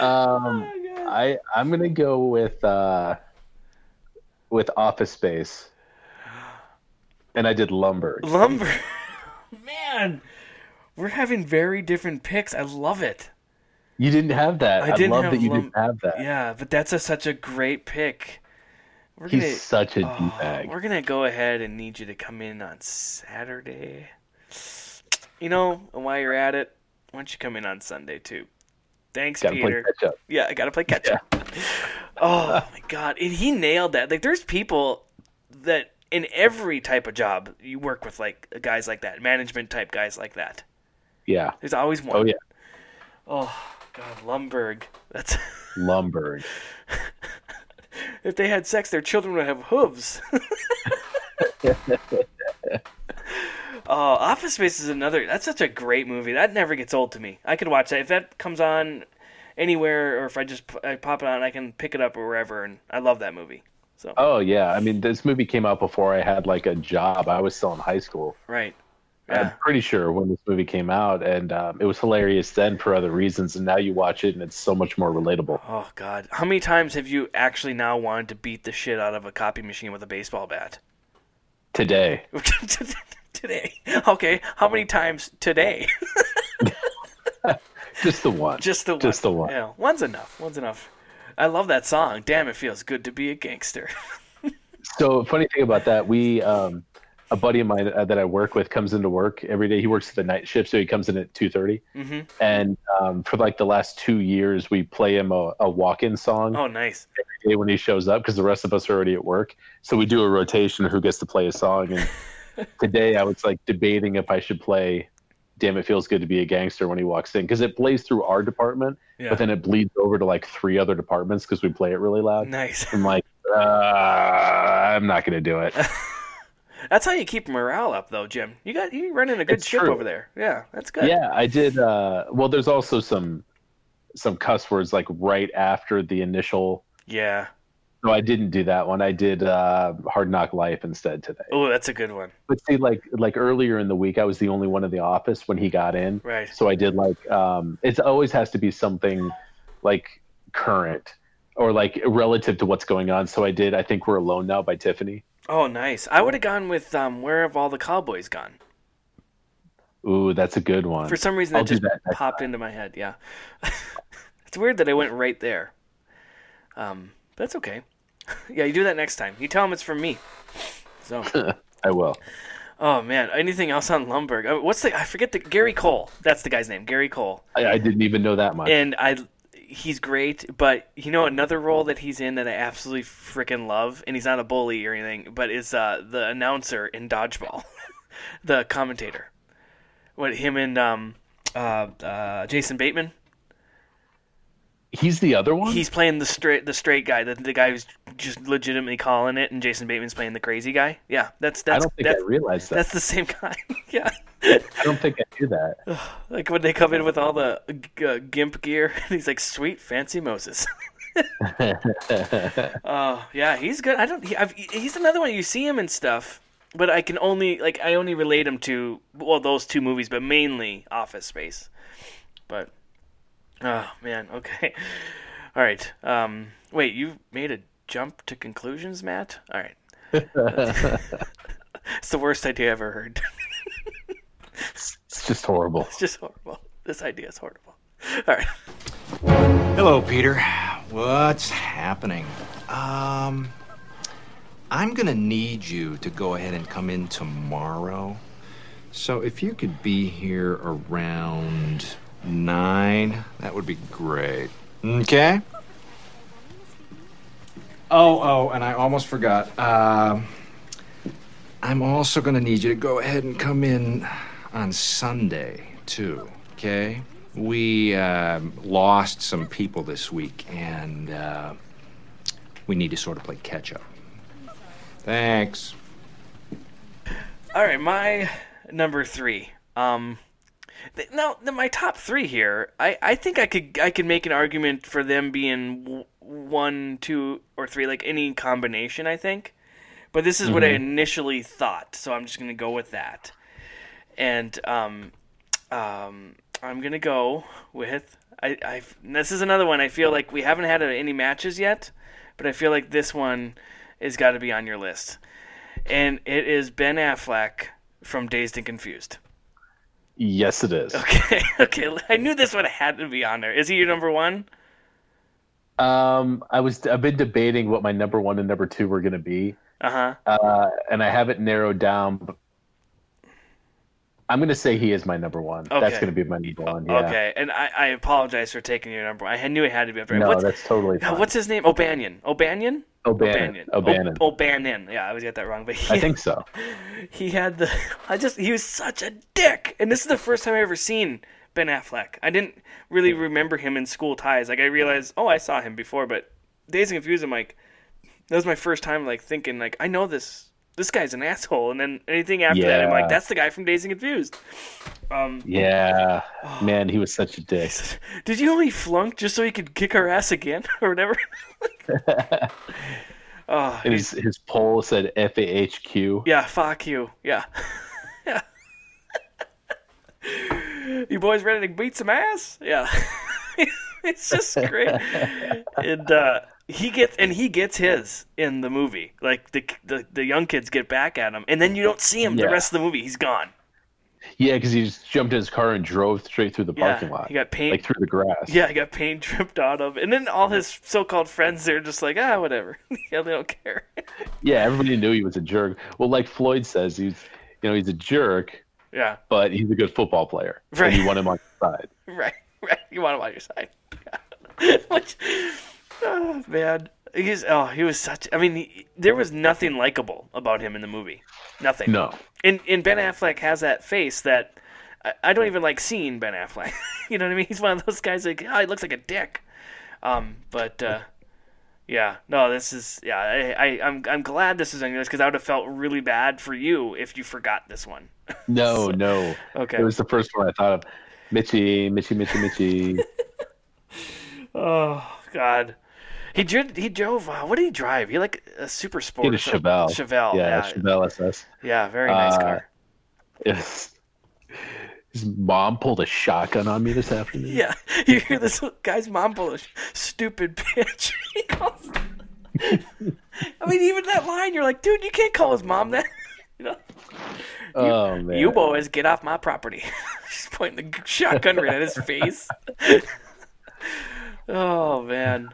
Speaker 10: Um, I I'm gonna go with uh, with Office Space, and I did Lumber.
Speaker 9: Lumber. Man, we're having very different picks. I love it.
Speaker 10: You didn't have that.
Speaker 9: I
Speaker 10: I,
Speaker 9: didn't
Speaker 10: love
Speaker 9: have
Speaker 10: that you
Speaker 9: Lum-
Speaker 10: didn't have that.
Speaker 9: Yeah, but that's a, such a great pick. We're
Speaker 10: He's such a
Speaker 9: oh,
Speaker 10: D-bag.
Speaker 9: We're gonna go ahead and need you to come in on Saturday. You know, and while you're at it, why don't you come in on Sunday too? Thanks,
Speaker 10: Gotta play
Speaker 9: Peter.
Speaker 10: catch up.
Speaker 9: Yeah, I gotta play catch up. Oh my god, and he nailed that. Like, there's people that in every type of job you work with, like guys like that, management type guys like that.
Speaker 10: Yeah.
Speaker 9: There's always one.
Speaker 10: Oh yeah,
Speaker 9: Oh god, Lumberg. That's
Speaker 10: Lumberg.
Speaker 9: if they had sex, their children would have hooves. Oh, Office Space is another. That's such a great movie. That never gets old to me. I could watch that if that comes on anywhere, or if I just p- I pop it on, I can pick it up wherever. And I love that movie. So
Speaker 10: Oh yeah. I mean, this movie came out before I had like a job. I was still in high school.
Speaker 9: right,
Speaker 10: I'm pretty sure when this movie came out, and um, it was hilarious then for other reasons. And now you watch it, and it's so much more relatable.
Speaker 9: oh god, how many times have you actually now wanted to beat the shit out of a copy machine with a baseball bat
Speaker 10: Today,
Speaker 9: today? Okay, how many times today?
Speaker 10: just the one.
Speaker 9: Just the one.
Speaker 10: Just the one.
Speaker 9: Yeah, one's enough. One's enough. I love that song. Damn, it feels good to be a gangster.
Speaker 10: So funny thing about that, we um, a buddy of mine uh, that I work with comes into work every day. He works at the night shift, so he comes in at two thirty.
Speaker 9: mm-hmm.
Speaker 10: And um, for like the last two years, we play him a, a walk-in song
Speaker 9: Oh, nice.
Speaker 10: every day when he shows up because the rest of us are already at work. So we do a rotation of who gets to play a song. And today I was like debating if I should play "Damn It Feels Good to Be a Gangster" when he walks in because it plays through our department,
Speaker 9: Yeah.
Speaker 10: but then it bleeds over to like three other departments because we play it really loud.
Speaker 9: Nice.
Speaker 10: I'm like, uh, I'm not gonna do it.
Speaker 9: That's how you keep morale up, though, Jim. You got you running a good
Speaker 10: It's
Speaker 9: ship
Speaker 10: true.
Speaker 9: over there. Yeah, that's good.
Speaker 10: Yeah, I did. Uh, well, there's also some some cuss words like right after the initial.
Speaker 9: Yeah.
Speaker 10: No, I didn't do that one. I did uh, Hard Knock Life instead today.
Speaker 9: Oh, that's a good one.
Speaker 10: But see, like like earlier in the week, I was the only one in the office when he got in.
Speaker 9: Right.
Speaker 10: So I did like um, it always has to be something like current or like relative to what's going on. So I did. I think we're alone now by Tiffany.
Speaker 9: Oh, nice. I would have gone with um, "Where Have All the Cowboys Gone?"
Speaker 10: Ooh, that's a good one.
Speaker 9: For some reason,
Speaker 10: I'll
Speaker 9: that
Speaker 10: do
Speaker 9: just
Speaker 10: next
Speaker 9: popped into my head. Yeah. it's weird that I went right there. Um, but that's okay. yeah, you do that next time. You tell them it's from me. So.
Speaker 10: time. I will.
Speaker 9: Oh man, anything else on Lumberg? Uh, What's the I forget the Gary Cole. That's the guy's name, Gary Cole.
Speaker 10: I, I didn't even know that much.
Speaker 9: And I he's great, but you know another role that he's in that I absolutely freaking love and he's not a bully or anything, but is uh the announcer in Dodgeball. the commentator. What him and um uh, uh Jason Bateman?
Speaker 10: He's the other one.
Speaker 9: He's playing the straight the straight guy, the, the guy who's just legitimately calling it and Jason Bateman's playing the crazy guy. Yeah, that's that's
Speaker 10: I don't think
Speaker 9: that's,
Speaker 10: I realized that.
Speaker 9: that's the same guy. yeah.
Speaker 10: I don't think I knew that.
Speaker 9: Like when they come in with all the uh, gimp gear, and he's like, "Sweet fancy Moses."
Speaker 10: yeah,
Speaker 9: Oh yeah, he's good. I don't. He, I've, he's another one you see him and stuff, but I can only like I only relate him to well those two movies, but mainly Office Space. But oh man, okay, all right. Um, wait, you made a jump to conclusions, Matt. All right, it's the worst idea I ever heard.
Speaker 10: it's just horrible.
Speaker 9: it's just horrible. This idea is horrible. All right.
Speaker 5: Hello, Peter. What's happening? Um, I'm gonna need you to go ahead and come in tomorrow. So if you could be here around nine, that would be great. Okay? Oh, oh, and I almost forgot. Um, I'm also gonna need you to go ahead and come in on Sunday too. Okay? We um lost some people this week, and uh, we need to sort of play catch up. Thanks.
Speaker 9: All right, my number three. Um, th- now th- my top three here. I, I think I could I could make an argument for them being w- one, two, or three, like any combination. I think, but this is what I
Speaker 17: Mhm.
Speaker 9: initially thought, so I'm just gonna go with that. And um, um, I'm gonna go with I, I this is another one. I feel like we haven't had any matches yet, but I feel like this one has got to be on your list, and it is Ben Affleck from Dazed and Confused.
Speaker 10: Yes, it is.
Speaker 9: Okay, okay. I knew this one had to be on there. Is he your number one?
Speaker 10: Um, I was I've been debating what my number one and number two were going to be,
Speaker 9: Uh
Speaker 10: uh, and I haven't narrowed down. But I'm going to say he is my number one. That's
Speaker 9: Okay.
Speaker 10: going to be my number one.
Speaker 9: huh.
Speaker 10: Yeah.
Speaker 9: Okay, and I, I apologize for taking your number. one. I knew it had to be up there.
Speaker 10: No,
Speaker 9: What's-
Speaker 10: that's totally
Speaker 9: God,
Speaker 10: fine.
Speaker 9: What's his name? O'Banion. O'Banion.
Speaker 10: O'Bannon.
Speaker 9: O-
Speaker 10: O'Bannon.
Speaker 9: O'Bannon. Yeah, I always get that wrong, but he,
Speaker 10: I think so.
Speaker 9: he had the. I just he was such a dick, and this is the first time I ever seen Ben Affleck. I didn't really remember him in School Ties. Like I realized, oh, I saw him before, but Days and Confused. I'm like, that was my first time like thinking like I know this. This guy's an asshole, and then anything after that, I'm
Speaker 10: Yeah.
Speaker 9: like, that's the guy from Days and Confused. Um,
Speaker 10: Yeah,
Speaker 9: Oh.
Speaker 10: man, he was such a dick.
Speaker 9: Did you know he flunked just so he could kick our ass again or whatever? oh,
Speaker 10: And his his poll said FAHQ.
Speaker 9: yeah, fuck you. Yeah. yeah. you boys ready to beat some ass? Yeah. it's just great. and uh, he gets and he gets his in the movie. Like the, the the young kids get back at him and then you don't see him
Speaker 10: Yeah.
Speaker 9: the rest of the movie. He's gone.
Speaker 10: Yeah, because he just jumped in his car and drove straight through the
Speaker 9: Yeah,
Speaker 10: parking lot.
Speaker 9: he got paint-
Speaker 10: like through the grass.
Speaker 9: Yeah, he got paint dripped on him. And then all his so-called friends they're just like, "Ah, whatever." yeah, they don't care.
Speaker 10: Yeah, everybody knew he was a jerk. Well, like Floyd says, he's you know he's a jerk,
Speaker 9: Yeah.
Speaker 10: but he's a good football player.
Speaker 9: Right.
Speaker 10: And you want him on your side.
Speaker 9: Right, right. You want him on your side. Which, oh, man, he's oh, he was such. I mean, he, there was nothing likable about him in the movie. Nothing.
Speaker 10: No.
Speaker 9: And and Ben Affleck has that face that I, I don't even like seeing Ben Affleck. you know what I mean? He's one of those guys like, oh, he looks like a dick. Um, but uh, yeah, no, this is yeah. I, I I'm I'm glad this is on your list because I would have felt really bad for you if you forgot this one.
Speaker 10: No, no.
Speaker 9: Okay.
Speaker 10: It was the first one I thought of. Mitchy, Mitchy, Mitchy, Mitchy.
Speaker 9: Oh God, he did. He drove. Uh, what did he drive? He like a super sport.
Speaker 10: He had a
Speaker 9: or something.
Speaker 10: Chevelle.
Speaker 9: Chevelle.
Speaker 10: Yeah,
Speaker 9: Yeah.
Speaker 10: Chevelle Uh, SS.
Speaker 9: Yeah, very nice car.
Speaker 10: Yes. His mom pulled a shotgun on me this afternoon.
Speaker 9: Yeah. You hear this guy's mom pull a sh- stupid bitch. he calls. I mean, even that line, you're like, dude, you can't call his mom that. you know.
Speaker 10: oh man.
Speaker 9: You boys get off my property. She's pointing the shotgun right at his face. oh man,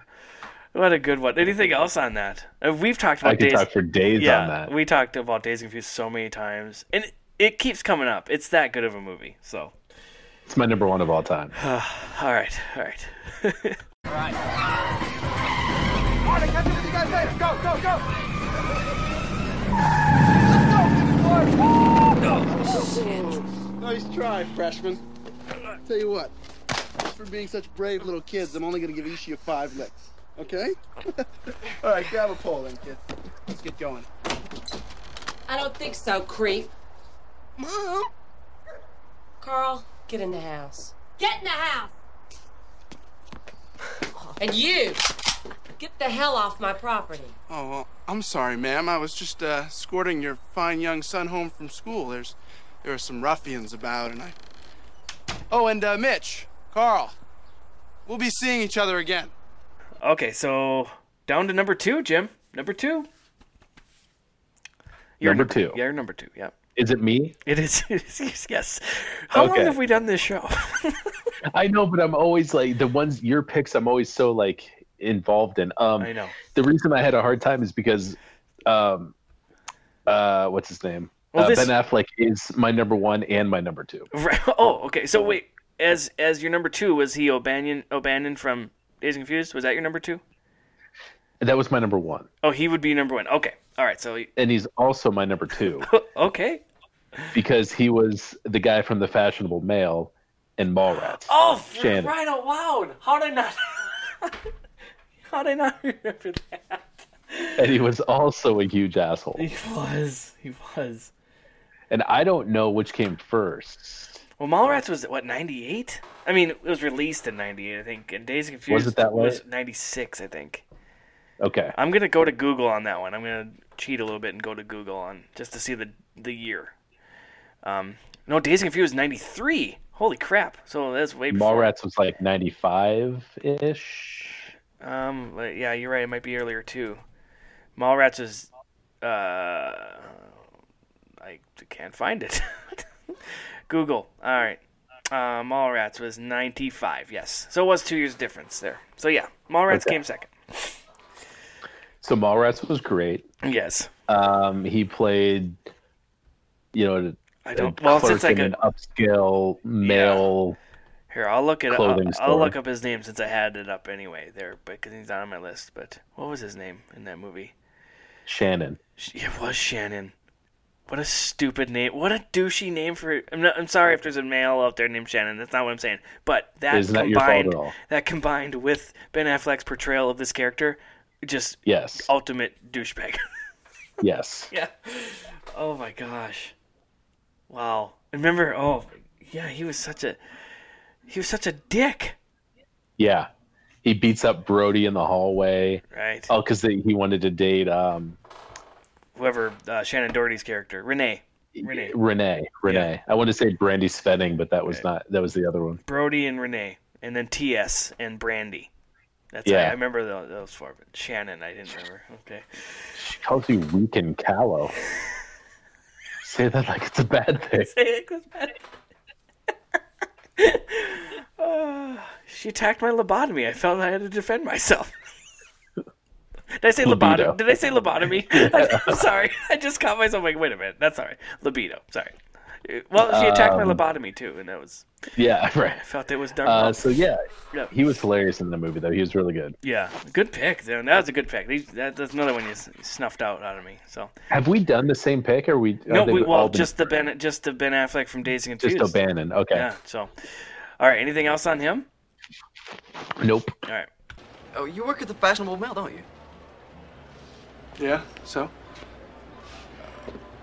Speaker 9: what a good one! Anything else on that? Uh, We've talked about
Speaker 10: I could
Speaker 9: days.
Speaker 10: talk for days
Speaker 9: yeah,
Speaker 10: on that.
Speaker 9: we talked about Days Confused so many times, and it, it keeps coming up. It's that good of a movie. So,
Speaker 10: It's my number one of all time.
Speaker 9: all right, all right.
Speaker 6: All right, catch up with you guys later. Go, go, go. Let's go, boys.
Speaker 18: Nice try, Oh, freshman. Tell you what, for being such brave little kids, I'm only gonna give each of you five licks. Okay? All right, grab a pole then, kid. Let's get going.
Speaker 19: I don't think so, creep. Mom? Carl, get in the house. Get in the house! And you! Get the hell off my property.
Speaker 18: Oh, well, I'm sorry, ma'am. I was just uh, escorting your fine young son home from school. There's, there were some ruffians about, and I. Oh, and uh, Mitch, Carl, we'll be seeing each other again.
Speaker 9: Okay, so down to number two, Jim. Number two. You're
Speaker 10: Number two.
Speaker 9: Yeah, you're number two. Yep.
Speaker 10: Is it me?
Speaker 9: It is. It is yes. How long
Speaker 10: Okay.
Speaker 9: have we done this show?
Speaker 10: I know, but I'm always like the ones your picks. I'm always so like involved in. Um,
Speaker 9: I know.
Speaker 10: The reason I had a hard time is because, um, uh, what's his name?
Speaker 9: Well,
Speaker 10: uh,
Speaker 9: this-
Speaker 10: Ben Affleck is my number one and my number two.
Speaker 9: Right. Oh, okay. So wait, as as your number two was he O'Banion O'Banion from Days and Confused? Was that your number two?
Speaker 10: That was my number one,
Speaker 9: Oh, he would be number one. Okay. All right. So oh,
Speaker 10: and he's also my number two
Speaker 9: okay.
Speaker 10: because he was the guy from the Fashionable Male and Mallrats.
Speaker 9: Oh, f-
Speaker 10: Shannon.
Speaker 9: right out loud. How did I not? How did I not remember that?
Speaker 10: and he was also a huge asshole.
Speaker 9: He was. He was.
Speaker 10: And I don't know which came first.
Speaker 9: Well, Mallrats was what ninety eight. I mean, it was released in ninety eight, I think. And Days and Confused
Speaker 10: Was it that late?
Speaker 9: was ninety six, I think.
Speaker 10: Okay.
Speaker 9: I'm gonna go to Google on that one. I'm gonna cheat a little bit and go to Google on just to see the the year. Um, no, Days and Confused was '93. Holy crap! So that's way before.
Speaker 10: Mallrats was like ninety five ish.
Speaker 9: Um, but yeah, you're right. It might be earlier too. Mallrats is, uh, I can't find it. Google. All right. Uh, Mallrats was 95. Yes, so it was two years difference there. So yeah, Mallrats
Speaker 10: Okay.
Speaker 9: came second.
Speaker 10: So Mallrats was great.
Speaker 9: Yes.
Speaker 10: Um, he played, you know,
Speaker 9: I don't- well, since I
Speaker 10: in an
Speaker 9: could-
Speaker 10: upscale male.
Speaker 9: Here, I'll look it up. I'll,
Speaker 10: Clothing
Speaker 9: I'll
Speaker 10: store.
Speaker 9: look up his name since I had it up anyway there, because he's not on my list. But what was his name in that movie?
Speaker 10: Shannon.
Speaker 9: Sh- It was Shannon. What a stupid name. What a douchey name for. I'm, not, I'm sorry if there's a male out there named Shannon. That's not what I'm saying. But that
Speaker 10: It's not
Speaker 9: combined,
Speaker 10: your fault at all.
Speaker 9: that combined with Ben Affleck's portrayal of this character, just
Speaker 10: Yes.
Speaker 9: Oh. ultimate douchebag.
Speaker 10: Yes.
Speaker 9: yeah. Oh my gosh. Wow. Remember? Oh, yeah. He was such a. He was such a dick.
Speaker 10: Yeah. He beats up Brody in the hallway.
Speaker 9: Right.
Speaker 10: Oh, because he wanted to date um,
Speaker 9: Whoever uh, Shannon Doherty's character, Renee. Renee.
Speaker 10: Renee. Renee. I want to say Brandy Svenning, but that was not. That was the other one.
Speaker 9: Brody and Renee, and then T.S. and Brandy. That's
Speaker 10: Yeah.
Speaker 9: I remember those, those four. But Shannon, I didn't remember. Okay.
Speaker 10: She calls you weak and callow. say that like it's a bad thing.
Speaker 9: Say it, 'cause Pat- Uh, she attacked my lobotomy. I felt I had to defend myself. Did I say
Speaker 10: Libido.
Speaker 9: lobotomy? Did I say lobotomy? I'm sorry. I just caught myself like, wait a minute. That's all right. Libido. Sorry. Uh, Well, she attacked my
Speaker 10: Um,
Speaker 9: lobotomy too, and that was.
Speaker 10: Yeah. Right.
Speaker 9: I felt it was dark.
Speaker 10: Uh, so yeah,
Speaker 9: Yeah.
Speaker 10: he was hilarious in the movie though. He was really good.
Speaker 9: Yeah, good pick. Though. That was a good pick. These, that, that's another one you s- snuffed out out of me. So
Speaker 10: Have we done the same pick? Or we? or
Speaker 9: no,
Speaker 10: they've
Speaker 9: we,
Speaker 10: all
Speaker 9: well,
Speaker 10: been-
Speaker 9: just the Ben, just the Ben Affleck from Days and
Speaker 10: Just
Speaker 9: Confused.
Speaker 10: O'Bannon, okay.
Speaker 9: Yeah. So, all right. Anything else on him?
Speaker 10: Nope.
Speaker 9: All right.
Speaker 17: Oh, you work at the fashionable mill, don't you?
Speaker 18: Yeah, so?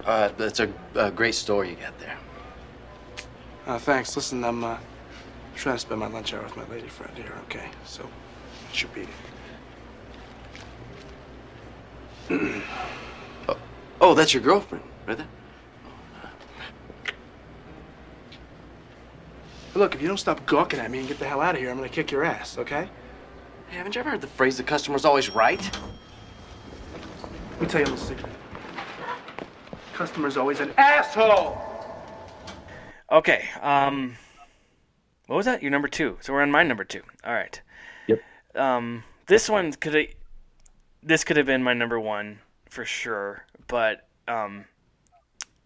Speaker 20: Uh, that's a, a great store you got there.
Speaker 18: Uh, thanks. Listen, I'm, uh, trying to spend my lunch hour with my lady friend here, okay? So, it should be.
Speaker 20: Oh, that's your girlfriend, right there?
Speaker 18: Look, if you don't stop gawking at me and get the hell out of here, I'm gonna kick your ass, okay?
Speaker 20: Hey, haven't you ever heard the phrase the customer's always right?
Speaker 18: Let me tell you a little secret. Customer's always an asshole!
Speaker 9: Okay. Um, what was that? Your number two. So we're on my number two. All right.
Speaker 10: Yep.
Speaker 9: Um, this one could this could have been my number one for sure, but um,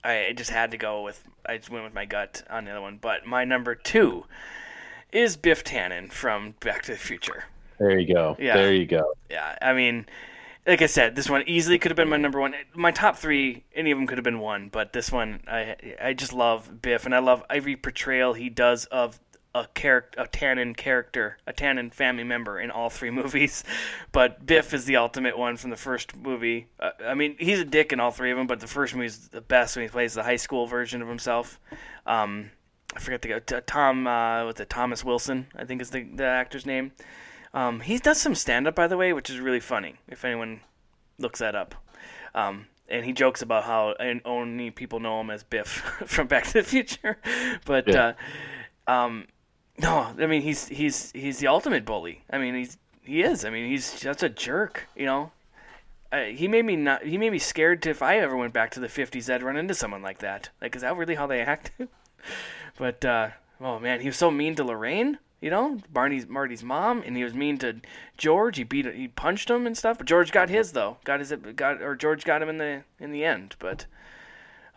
Speaker 9: I, I just had to go with I just went with my gut on the other one. But my number two is Biff Tannen from Back to the Future.
Speaker 10: There you go.
Speaker 9: Yeah.
Speaker 10: There you go.
Speaker 9: Yeah, I mean, like I said, this one easily could have been my number one. My top three, any of them could have been one, but this one, I I just love Biff, and I love every portrayal he does of a character, a Tannen character, a Tannen family member in all three movies. But Biff is the ultimate one from the first movie. Uh, I mean, he's a dick in all three of them, but the first movie is the best when he plays the high school version of himself. Um, I forget the guy, T- Tom, uh, what's it, Thomas Wilson, I think is the, the actor's name. Um, he does some stand up, by the way, which is really funny if anyone looks that up. Um, and he jokes about how and only people know him as Biff from Back to the Future. But
Speaker 10: Yeah.
Speaker 9: uh, um, no, I mean he's he's he's the ultimate bully. I mean he's he is. I mean he's such a jerk. You know, uh, he made me not. He made me scared to if I ever went back to the '50s, I'd run into someone like that. Like, is that really how they act? but uh, oh man, he was so mean to Lorraine. You know, Barney's Marty's mom, and he was mean to George. He beat, he punched him and stuff. But George got his though. Got his, got or George got him in the in the end. But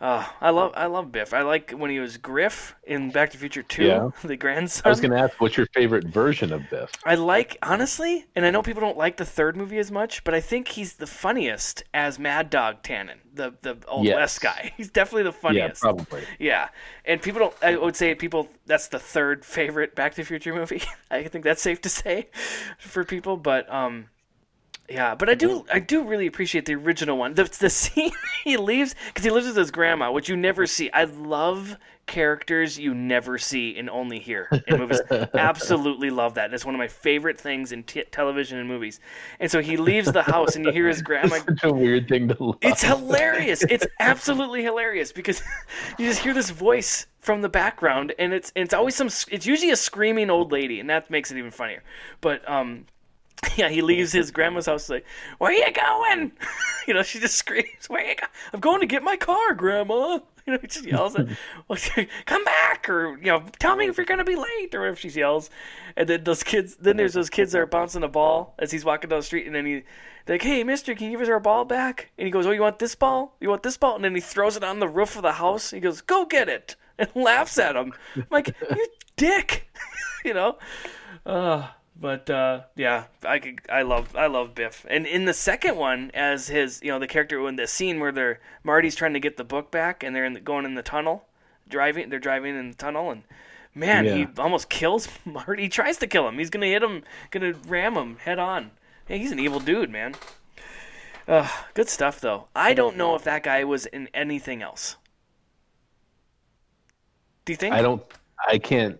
Speaker 9: uh, I love, I love Biff. I like when he was Griff in Back to the Future Two,
Speaker 10: Yeah.
Speaker 9: the grandson.
Speaker 10: I was gonna ask, what's your favorite version of Biff?
Speaker 9: I like honestly, and I know people don't like the third movie as much, but I think he's the funniest as Mad Dog Tannen, the the old
Speaker 10: Yes.
Speaker 9: west guy. He's definitely the funniest.
Speaker 10: Yeah, probably.
Speaker 9: Yeah. and people don't. I would say people that's the third favorite Back to the Future movie. I think that's safe to say for people, but um, Yeah, but I do I do really appreciate the original one. The, the scene he leaves because he lives with his grandma, which you never see. I love characters you never see and only hear in movies. Absolutely love that. That's one of my favorite things in t- television and movies. And so he leaves the house, and you hear his grandma
Speaker 10: Such a weird thing to love.
Speaker 9: it's hilarious. It's absolutely hilarious because you just hear this voice from the background, and it's it's always some. It's usually a screaming old lady, and that makes it even funnier. But um, yeah, he leaves his grandma's house like, "Where you going?" You know, she just screams, "Where you go? I'm going to get my car, grandma." You know, she just yells, at- well, she- "Come back!" or you know, "Tell me if you're gonna be late!" or whatever she yells. And then those kids, then there's those kids that are bouncing a ball as he's walking down the street, and then he, they're like, "Hey, Mister, can you give us our ball back?" And he goes, "Oh, you want this ball? You want this ball?" And then he throws it on the roof of the house. He goes, "Go get it!" and laughs at him. I'm like, "You dick!" you know. Uh, but uh, yeah, I could, I love I love Biff, and in the second one, as his you know the character in the scene where they're Marty's trying to get the book back, and they're in the, going in the tunnel, driving they're driving in the tunnel, and man, he
Speaker 10: Yeah.
Speaker 9: almost kills Marty. He tries to kill him. He's gonna hit him, gonna ram him head on. Man, he's an evil dude, man. Uh, good stuff though. I don't know if that guy was in anything else. Do you think?
Speaker 10: I don't. I can't.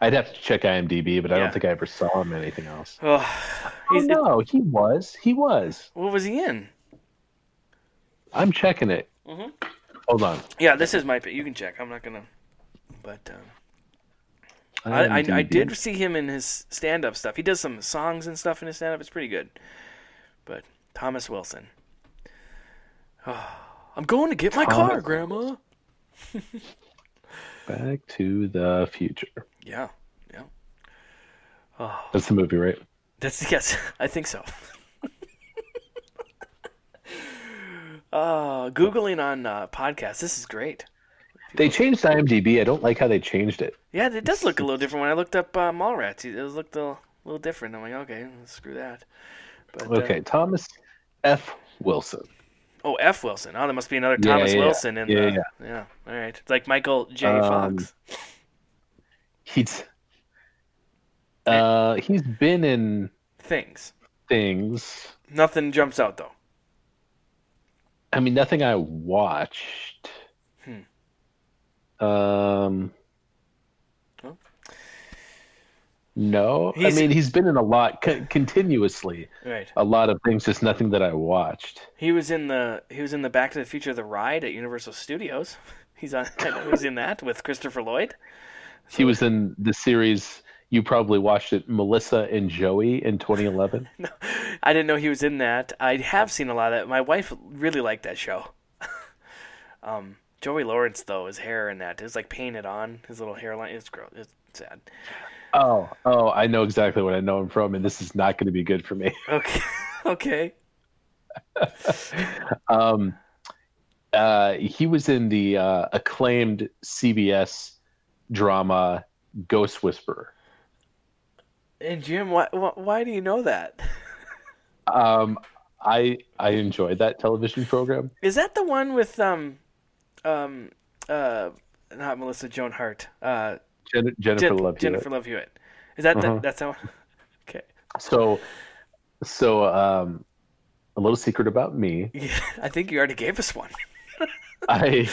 Speaker 10: I'd have to check IMDb, but I
Speaker 9: Yeah.
Speaker 10: don't think I ever saw him in anything else.
Speaker 9: Ugh.
Speaker 10: Oh, no, he was. He was.
Speaker 9: What was he in?
Speaker 10: I'm checking it.
Speaker 9: Mm-hmm.
Speaker 10: Hold on.
Speaker 9: Yeah, this is my. pick. You can check. I'm not gonna. But um, I, I I did see him in his stand up stuff. He does some songs and stuff in his stand up. It's pretty good. But Thomas Wilson. I'm going to get my
Speaker 10: Thomas-
Speaker 9: car, Grandma.
Speaker 10: Back to the Future.
Speaker 9: Yeah, yeah. Oh,
Speaker 10: That's the movie, right?
Speaker 9: that's yes. I think so. uh, googling on uh, podcasts. This is great.
Speaker 10: They changed IMDb. I don't like how they changed it.
Speaker 9: Yeah, it does look a little different. When I looked up uh, Mallrats, it looked a little different. I'm like, okay, screw that. But, uh,
Speaker 10: Okay, Thomas F. Wilson.
Speaker 9: oh, F. Wilson. Oh, there must be another
Speaker 10: Yeah,
Speaker 9: Thomas
Speaker 10: yeah, yeah.
Speaker 9: Wilson in
Speaker 10: Yeah,
Speaker 9: the.
Speaker 10: yeah,
Speaker 9: Yeah. All right. It's like Michael J.
Speaker 10: Um,
Speaker 9: Fox.
Speaker 10: He's
Speaker 9: Eh.
Speaker 10: uh, he's been in
Speaker 9: Things.
Speaker 10: things.
Speaker 9: Nothing jumps out though.
Speaker 10: I mean, nothing I watched. Um,
Speaker 9: Hmm. Well.
Speaker 10: no,
Speaker 9: He's-
Speaker 10: I mean he's been in a lot co- continuously.
Speaker 9: Right.
Speaker 10: A lot of things, just nothing that I watched.
Speaker 9: He was in the he was in the Back to the Future: The Ride at Universal Studios. He's on. I know he's in that with Christopher Lloyd.
Speaker 10: He was in the series you probably watched it, Melissa and Joey in 2011.
Speaker 9: Oh. I didn't know he was in that. I have seen a lot of that. My wife really liked that show. um, Joey Lawrence though, his hair in that is like painted on. His little hairline is gross. It's sad.
Speaker 10: oh, oh, I know exactly what I know him from, and this is not going to be good for me.
Speaker 9: Okay. okay.
Speaker 10: um, uh, he was in the uh, acclaimed CBS drama Ghost Whisperer.
Speaker 9: And Jim, why, why why do you know that?
Speaker 10: Um, I I enjoyed that television program.
Speaker 9: Is that the one with um, um, uh, not Melissa Joan Hart? Uh,
Speaker 10: Jen- Jennifer
Speaker 9: Jen-
Speaker 10: Love Hewitt.
Speaker 9: Jennifer Love Hewitt. Is that
Speaker 10: Uh-huh.
Speaker 9: the, that's how? Okay.
Speaker 10: So, so um, a little secret about me.
Speaker 9: Yeah, I think you already gave us one.
Speaker 10: I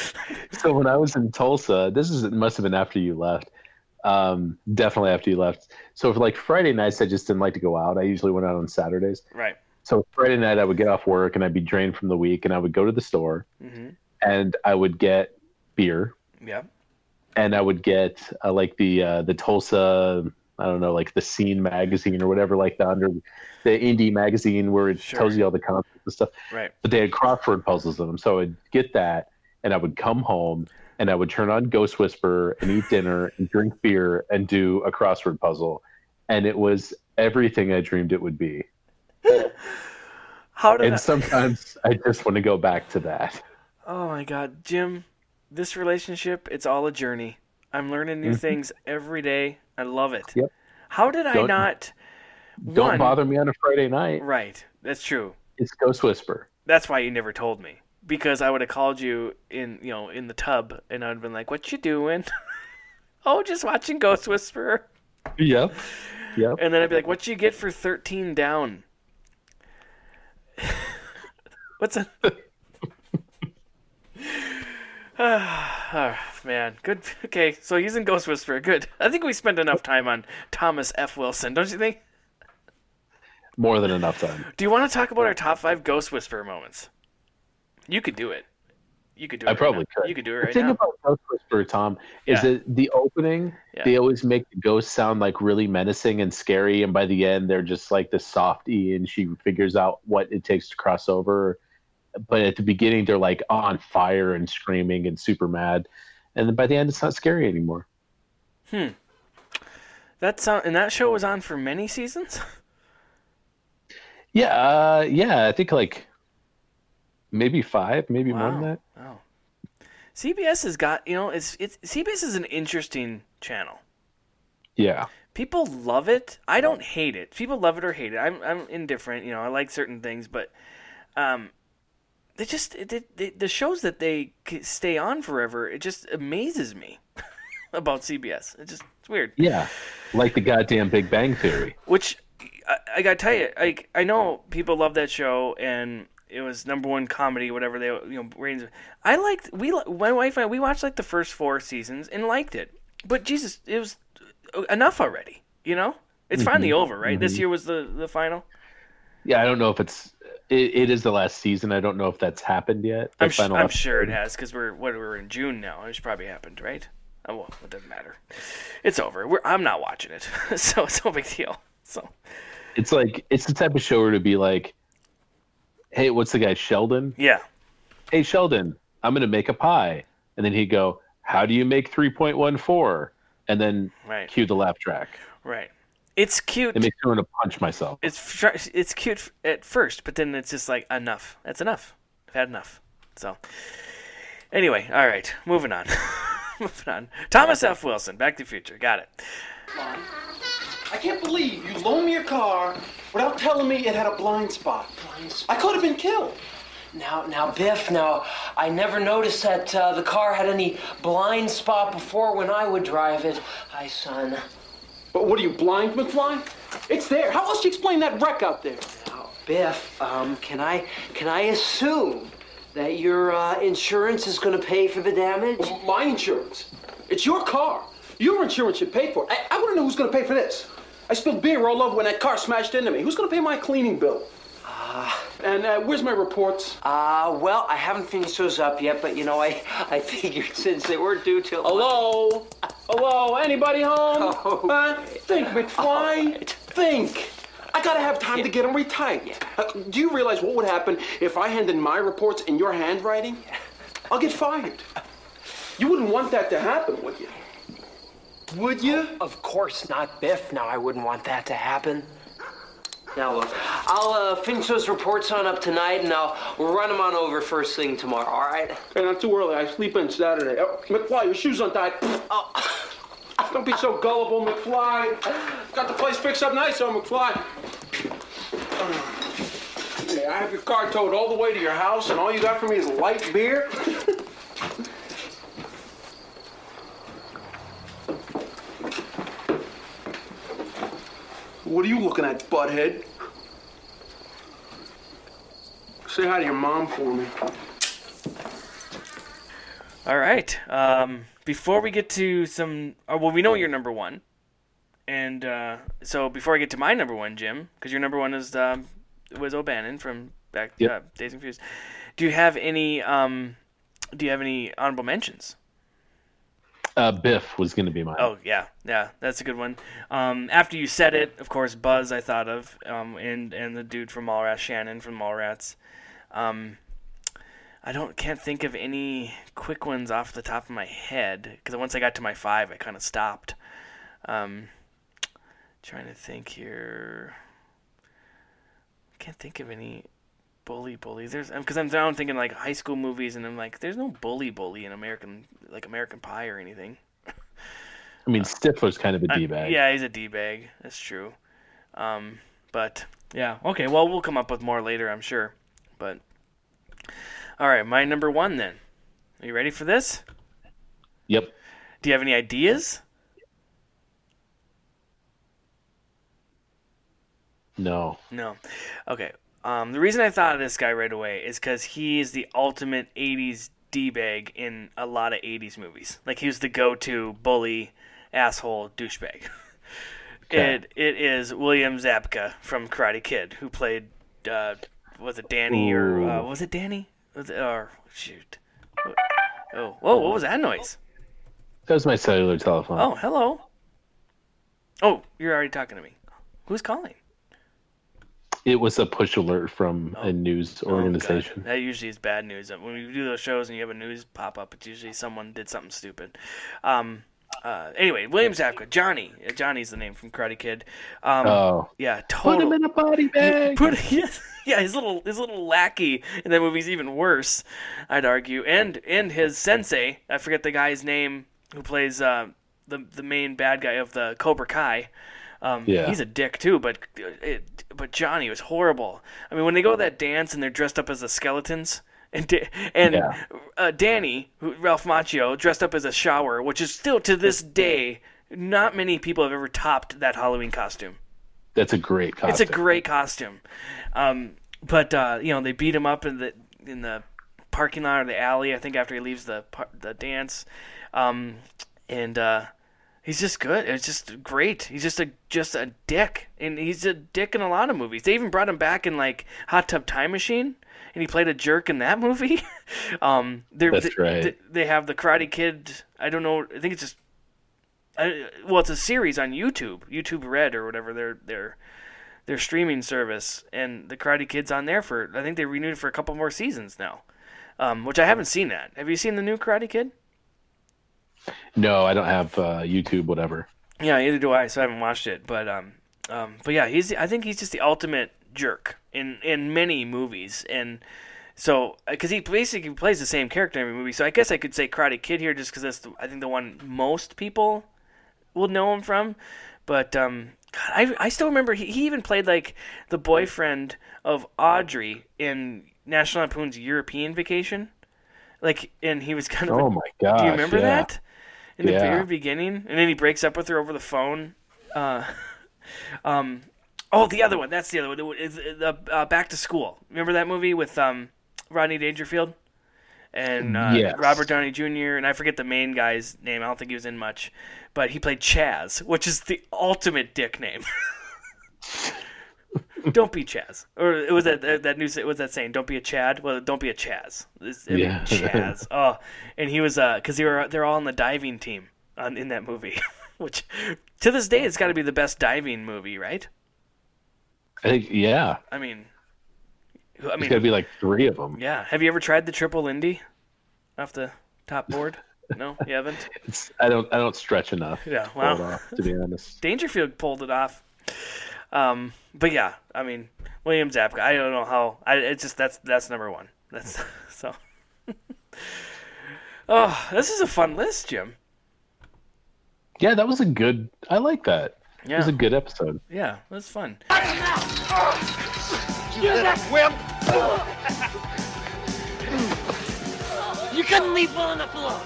Speaker 10: so when I was in Tulsa, this is it must have been after you left. Um, definitely after you left. So for like Friday nights, I just didn't like to go out. I usually went out on Saturdays.
Speaker 9: Right.
Speaker 10: So Friday night, I would get off work and I'd be drained from the week, and I would go to the store
Speaker 9: Mm-hmm.
Speaker 10: and I would get beer
Speaker 9: Yeah.
Speaker 10: and I would get uh, like the uh, the Tulsa, I don't know, like the Scene magazine or whatever, like the under the indie magazine where it tells you all the concepts and stuff.
Speaker 9: Right.
Speaker 10: But they had crossword puzzles in them, so I'd get that, and I would come home and I would turn on Ghost Whisperer and eat dinner and drink beer and do a crossword puzzle, and it was everything I dreamed it would be.
Speaker 9: How did
Speaker 10: and
Speaker 9: I-
Speaker 10: sometimes I just want to go back to that.
Speaker 9: Oh my God, Jim, this relationship, it's all a journey. I'm learning new
Speaker 10: Mhm.
Speaker 9: things every day. I love it.
Speaker 10: Yep.
Speaker 9: How did I
Speaker 10: Don't-
Speaker 9: not?
Speaker 10: Don't
Speaker 9: one-
Speaker 10: bother me on a Friday night.
Speaker 9: Right. That's true.
Speaker 10: It's Ghost Whisperer.
Speaker 9: That's why you never told me. Because I would have called you in, you know, in the tub, and I'd have been like, "What you doing? oh, just watching Ghost Whisperer."
Speaker 10: Yep. Yep.
Speaker 9: And then I'd be like, "What you get for thirteen down?" What's a? oh, man, good. Okay, so he's in Ghost Whisperer. Good. I think we spent enough time on Thomas F. Wilson, don't you think?
Speaker 10: More than enough time.
Speaker 9: Do you want to talk about our top five Ghost Whisperer moments? You could do it. You could do it.
Speaker 10: I
Speaker 9: right
Speaker 10: probably
Speaker 9: now.
Speaker 10: could.
Speaker 9: You could do it
Speaker 10: The
Speaker 9: right
Speaker 10: thing
Speaker 9: now.
Speaker 10: about Ghost Whisperer, Tom, is
Speaker 9: Yeah.
Speaker 10: that the opening
Speaker 9: Yeah.
Speaker 10: they always make the ghosts sound like really menacing and scary, and by the end they're just like the soft E, and she figures out what it takes to cross over. But at the beginning, they're like on fire and screaming and super mad, and then by the end, it's not scary anymore.
Speaker 9: hmm. That sound and that show was on for many seasons.
Speaker 10: Yeah, uh, yeah, I think like maybe five, maybe more than
Speaker 9: Wow.
Speaker 10: that.
Speaker 9: Wow. CBS has got you know it's it's CBS is an interesting channel.
Speaker 10: Yeah.
Speaker 9: People love it. I don't hate it. People love it or hate it. I'm I'm indifferent. You know, I like certain things, but um, they just they, they, the shows that they c- stay on forever. It just amazes me about CBS. It just it's weird.
Speaker 10: Yeah, like the goddamn Big Bang Theory.
Speaker 9: Which I, I gotta tell you, like I know people love that show, and it was number one comedy, whatever they you know ratings. I liked we li- my wife and I we watched like the first four seasons and liked it, but Jesus, it was uh, enough already. You know, it's finally
Speaker 10: Mhm,
Speaker 9: over, right? This
Speaker 10: mhm.
Speaker 9: year was the the final.
Speaker 10: Yeah, I don't know if it's it, it is the last season. I don't know if that's happened yet. The
Speaker 9: I'm, sh-
Speaker 10: final
Speaker 9: I'm
Speaker 10: episode.
Speaker 9: sure it has because we're what we're in June now. It's probably happened, right? Oh, well, it doesn't matter. It's over. We're, I'm not watching it, so it's no big deal. So
Speaker 10: It's like it's the type of show where to be like, "Hey, what's the guy Sheldon?
Speaker 9: yeah,
Speaker 10: Hey, Sheldon, I'm gonna make a pie," and then he'd go, "How do you make three point one four? And then
Speaker 9: Right.
Speaker 10: cue the laugh track.
Speaker 9: right. It's cute.
Speaker 10: It makes me want to punch myself.
Speaker 9: it's fr- it's cute f- at first, but then it's just like enough. That's enough. I've had enough. So anyway, all right, moving on. moving on. Thomas F. Wilson, Back to the Future. Got it.
Speaker 20: I can't believe you loaned me a car without telling me it had a blind spot. I could have been killed.
Speaker 19: Now, now, Biff, now, I never noticed that uh, the car had any blind spot before when I would drive it. Hi, son. But what are you, blind, McFly? It's there. How else do you explain that wreck out there? Now, Biff, um, can I, can I assume that your uh, insurance is going to pay for the damage?
Speaker 21: My insurance. It's your car. Your insurance should pay for it. I, I want to know who's going to pay for this. I spilled beer all over when that car smashed into me. Who's going to pay my cleaning bill? Ah. and uh, where's my reports?
Speaker 19: Uh, well, I haven't finished those up yet, but you know, I, I figured since they weren't due till.
Speaker 21: Hello? Hello? Anybody home? Huh? Think, McFly. Think. I gotta have time to get them retyped. Uh, do you realize what would happen if I handed my reports in your handwriting? I'll get fired. You wouldn't want that to happen, would you?
Speaker 19: Would you? of course not, Biff. Now, I wouldn't want that to happen. Now, look, I'll uh, finish those reports on up tonight and I'll run them on over first thing tomorrow, all right?
Speaker 21: Okay, not too early. I sleep in Saturday. Oh, McFly, your shoes untied. Oh. Don't be so gullible, McFly. Got the place fixed up nice, oh, McFly. Hey, I have your car towed all the way to your house, and all you got for me is light beer. what are you looking at, butthead? Say hi to your mom for me.
Speaker 9: All right. Um, before we get to some, uh, well, we know you're number one, and uh, so before I get to my number one, Jim, because your number one is um, was O'Bannon from back
Speaker 10: Yep.
Speaker 9: uh, Days and Confused. Do you have any? Um, do you have any honorable mentions?
Speaker 10: Uh, Biff was gonna be mine.
Speaker 9: Oh yeah, yeah, that's a good one. Um, after you said it, of course, Buzz I thought of, um, and and the dude from Mallrats, Shannon from Mallrats. Um, I don't can't think of any quick ones off the top of my head because once I got to my five, I kind of stopped. Um, trying to think here. Can't think of any bully bully. There's because I'm down thinking like high school movies, and I'm like, there's no bully bully in American like American Pie or anything.
Speaker 10: I mean, Stifler's kind of a
Speaker 9: I-
Speaker 10: d bag.
Speaker 9: Uh, yeah, he's a d bag. That's true. Um, but yeah, okay. Well, we'll come up with more later, I'm sure. But all right, my number one then. Are you ready for this?
Speaker 10: Yep.
Speaker 9: Do you have any ideas?
Speaker 10: No.
Speaker 9: No. Okay. Um, the reason I thought of this guy right away is because he is the ultimate 80s D bag in a lot of 80s movies. Like, he was the go to bully, asshole, douchebag.
Speaker 10: Okay.
Speaker 9: It, it is William Zabka from Karate Kid, who played, uh, was it Danny or, uh,
Speaker 10: Ooh.
Speaker 9: was it Danny? Was it, or, shoot. Oh, whoa, what was that noise?
Speaker 10: That was my cellular telephone.
Speaker 9: Oh, hello. Oh, you're already talking to me. Who's calling?
Speaker 10: It was a push alert from
Speaker 9: Oh.
Speaker 10: a news organization.
Speaker 9: That usually is bad news. When you do those shows and you have a news pop up, it's usually someone did something stupid. Um, uh, anyway, William Zabka, Johnny. Uh, Johnny's the name from Karate Kid. Um,
Speaker 10: Oh.
Speaker 9: yeah,
Speaker 10: Put
Speaker 9: totally.
Speaker 10: him in a body bag.
Speaker 9: Put yes, yeah, his little his little lackey in that movie's even worse, I'd argue. And and his sensei, I forget the guy's name who plays uh, the the main bad guy of the Cobra Kai. Um,
Speaker 10: Yeah.
Speaker 9: he's a dick too, but it, but Johnny was horrible. I mean, when they go to that dance and they're dressed up as the skeletons. And, da- and
Speaker 10: Yeah.
Speaker 9: uh, Danny, who, Ralph Macchio, dressed up as a shower, which is still to this day, not many people have ever topped that Halloween costume.
Speaker 10: That's a great costume.
Speaker 9: It's a great costume. Um, but uh, you know, they beat him up in the in the parking lot or the alley. I think after he leaves the par- the dance, um, and uh, he's just good. It's just great. He's just a just a dick, and he's a dick in a lot of movies. They even brought him back in like Hot Tub Time Machine. And he played a jerk in that movie. um, they're-
Speaker 10: That's
Speaker 9: they-
Speaker 10: right.
Speaker 9: They, they have the Karate Kid. I don't know. I think it's just. I, well, it's a series on YouTube, YouTube Red or whatever their their their streaming service, and the Karate Kid's on there for. I think they renewed it for a couple more seasons now, um, which I haven't seen that. Have you seen the new Karate Kid?
Speaker 10: No, I don't have uh, YouTube, whatever.
Speaker 9: Yeah, neither do I, so I haven't watched it. But um, um, but yeah, he's. I think he's just the ultimate jerk in in many movies, and so because he basically plays the same character in every movie. So I guess I could say Karate Kid here, just because that's the, I think the one most people will know him from. But um, God, I I still remember he, he even played like the boyfriend of Audrey in National Lampoon's European Vacation. Like, and he was kind of. a-
Speaker 10: Oh my
Speaker 9: Do you
Speaker 10: gosh,
Speaker 9: remember
Speaker 10: yeah.
Speaker 9: that? In the
Speaker 10: Yeah.
Speaker 9: very beginning, and then he breaks up with her over the phone. Uh, um, oh, the other one. That's the other one. It is- The uh, Back to School. Remember that movie with um, Rodney Dangerfield and uh,
Speaker 10: Yes.
Speaker 9: Robert Downey Jr. and I forget the main guy's name. I don't think he was in much, but he played Chaz, which is the ultimate dick name. don't be Chaz, or it was that that, that news. It was that saying, "Don't be a Chad." Well, don't be a Chaz. It's- I mean,
Speaker 10: Yeah.
Speaker 9: Chaz. Oh, and he was uh, because they were they're all on the diving team on in that movie, which to this day it's got to be the best diving movie, right?
Speaker 10: I think, yeah.
Speaker 9: I mean, who- I
Speaker 10: There's
Speaker 9: mean,
Speaker 10: got to be like three of them.
Speaker 9: yeah. Have you ever tried the triple Lindy off the top board? No, you haven't.
Speaker 10: It's, I don't. I don't stretch enough.
Speaker 9: Yeah,
Speaker 10: to pull it
Speaker 9: wow.
Speaker 10: off, to be honest,
Speaker 9: Dangerfield pulled it off. Um, but yeah, I mean, William Zabka. I don't know how. I it's just that's that's number one. That's so. oh, this is a fun list, Jim.
Speaker 10: yeah, that was a good. I like that. It was
Speaker 9: Yeah.
Speaker 10: a good episode.
Speaker 9: Yeah, that's fun.
Speaker 1: You little wimp! You couldn't leave well enough alone.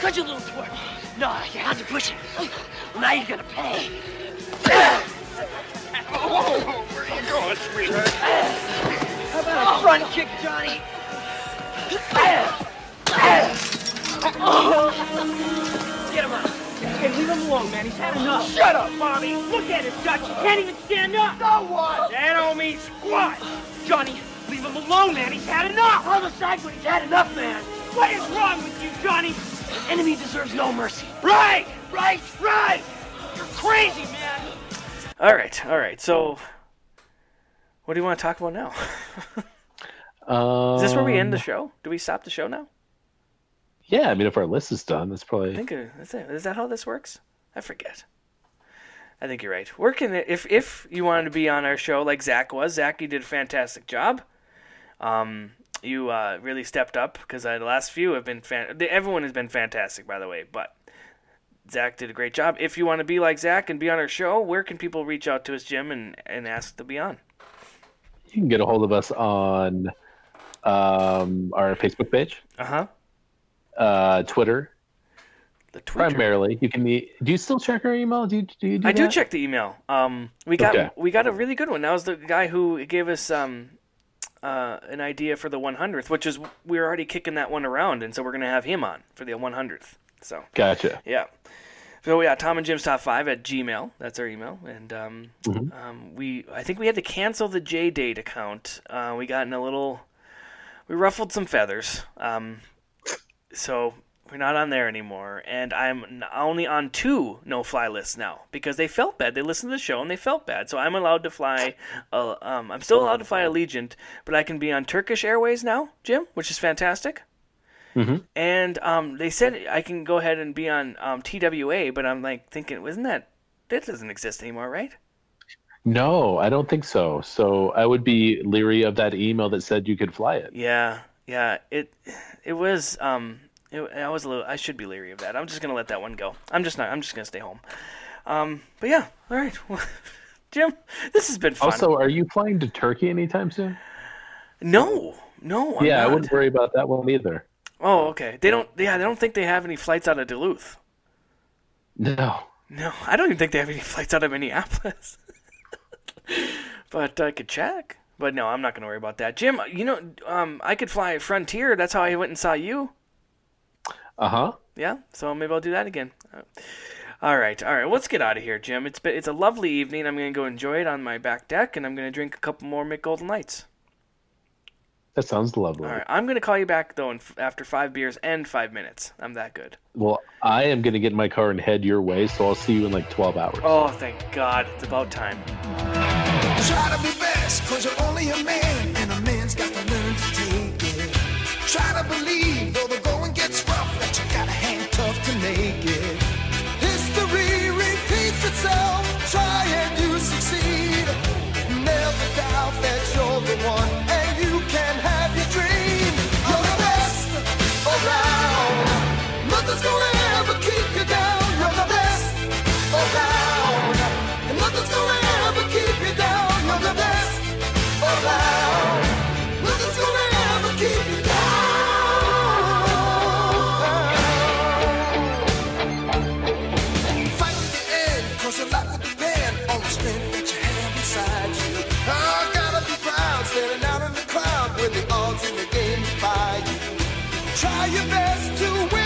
Speaker 1: Could you, little twerp? No, you had to push it. Now you're gonna pay. Oh, where are you going, sweetheart? How about a front kick, Johnny? Get him up. Hey, leave him alone, man. He's had enough. Shut up, Bobby. Look at him, Dutch. He can't even stand up. So what? That don't mean squat. Johnny, leave him alone, man. He's had enough. Throw the side when he's had enough, man. What is wrong with you, Johnny? An enemy deserves no mercy. Right, right, right. You're crazy, man.
Speaker 9: All right, all right. So, what do you want to talk about now?
Speaker 10: Um,
Speaker 9: is this where we end the show? Do we stop the show now?
Speaker 10: Yeah, I mean, if our list is done, that's
Speaker 9: I
Speaker 10: probably.
Speaker 9: think uh, that's it. Is that how this works? I forget. I think you're right. Where can it, if if you wanted to be on our show like Zach was, Zach, you did a fantastic job. Um, you uh, really stepped up because the last few have been fan. Everyone has been fantastic, by the way. But Zach did a great job. If you want to be like Zach and be on our show, where can people reach out to us, Jim, and and ask to be on?
Speaker 10: You can get a hold of us on um, our Facebook page,
Speaker 9: Uh huh.
Speaker 10: uh, Twitter,
Speaker 9: the tweeter.
Speaker 10: Primarily, you can be. Do you still check our email? Do you do, you do
Speaker 9: I do
Speaker 10: that?
Speaker 9: check the email. Um, we got
Speaker 10: Okay.
Speaker 9: we got a really good one. That was the guy who gave us um, uh, an idea for the 100th, which is we were already kicking that one around, and so we're gonna have him on for the 100th. So
Speaker 10: Gotcha.
Speaker 9: yeah. So yeah, Tom and Jim's top five at Gmail. That's our email, and um,
Speaker 10: Mhm.
Speaker 9: um, we I think we had to cancel the J Date account. Uh, we got in a little, we ruffled some feathers. Um, so we're not on there anymore, and I'm n- only on two no fly lists now because they felt bad. They listened to the show and they felt bad. So I'm allowed to fly. Uh, um, I'm still allowed to fly Allegiant, but I can be on Turkish Airways now, Jim, which is fantastic.
Speaker 10: Mm-hmm.
Speaker 9: And um, they said I can go ahead and be on um, TWA, but I'm like thinking, isn't that that doesn't exist anymore, right?
Speaker 10: No, I don't think so. So I would be leery of that email that said you could fly it.
Speaker 9: Yeah, yeah. It it was um it, I was a little I should be leery of that. I'm just gonna let that one go. I'm just not. I'm just gonna stay home. Um, but yeah, all right, Jim. This has been fun.
Speaker 10: Also, are you flying to Turkey anytime soon?
Speaker 9: No, no. I'm
Speaker 10: yeah, I
Speaker 9: not.
Speaker 10: wouldn't worry about that one either.
Speaker 9: Oh, okay. They don't. Yeah, they don't think they have any flights out of Duluth.
Speaker 10: No.
Speaker 9: No, I don't even think they have any flights out of Minneapolis. but I could check. But no, I'm not going to worry about that. Jim, you know, um, I could fly Frontier. That's how I went and saw you.
Speaker 10: Uh huh.
Speaker 9: Yeah, so maybe I'll do that again. All right, all right. Let's get out of here, Jim. It's been it's a lovely evening. I'm going to go enjoy it on my back deck, and I'm going to drink a couple more McGolden Lights.
Speaker 10: That sounds lovely.
Speaker 9: All right, I'm going to call you back though in, f- after five beers and five minutes. I'm that good.
Speaker 10: Well, I am going to get in my car and head your way, so I'll see you in like 12 hours.
Speaker 9: Oh, thank God! It's about time.
Speaker 4: Try to be best, cause you're only a man, and a man's got to learn to take it. Try to believe, though the going gets rough, that you gotta hang tough to make it. History repeats itself, try and you succeed. Never doubt that you're the one, and you can have your dream. You're the best around. Nothing's gonna ever keep you down. You're the best around. And nothing's gonna ever keep you down. You're the best around. Nothing's gonna ever keep you down. Fight to the end, 'cause your life will depend on the strength that you have inside you. I gotta be proud, standing out in the crowd with the odds in the game by you. Try your best to win.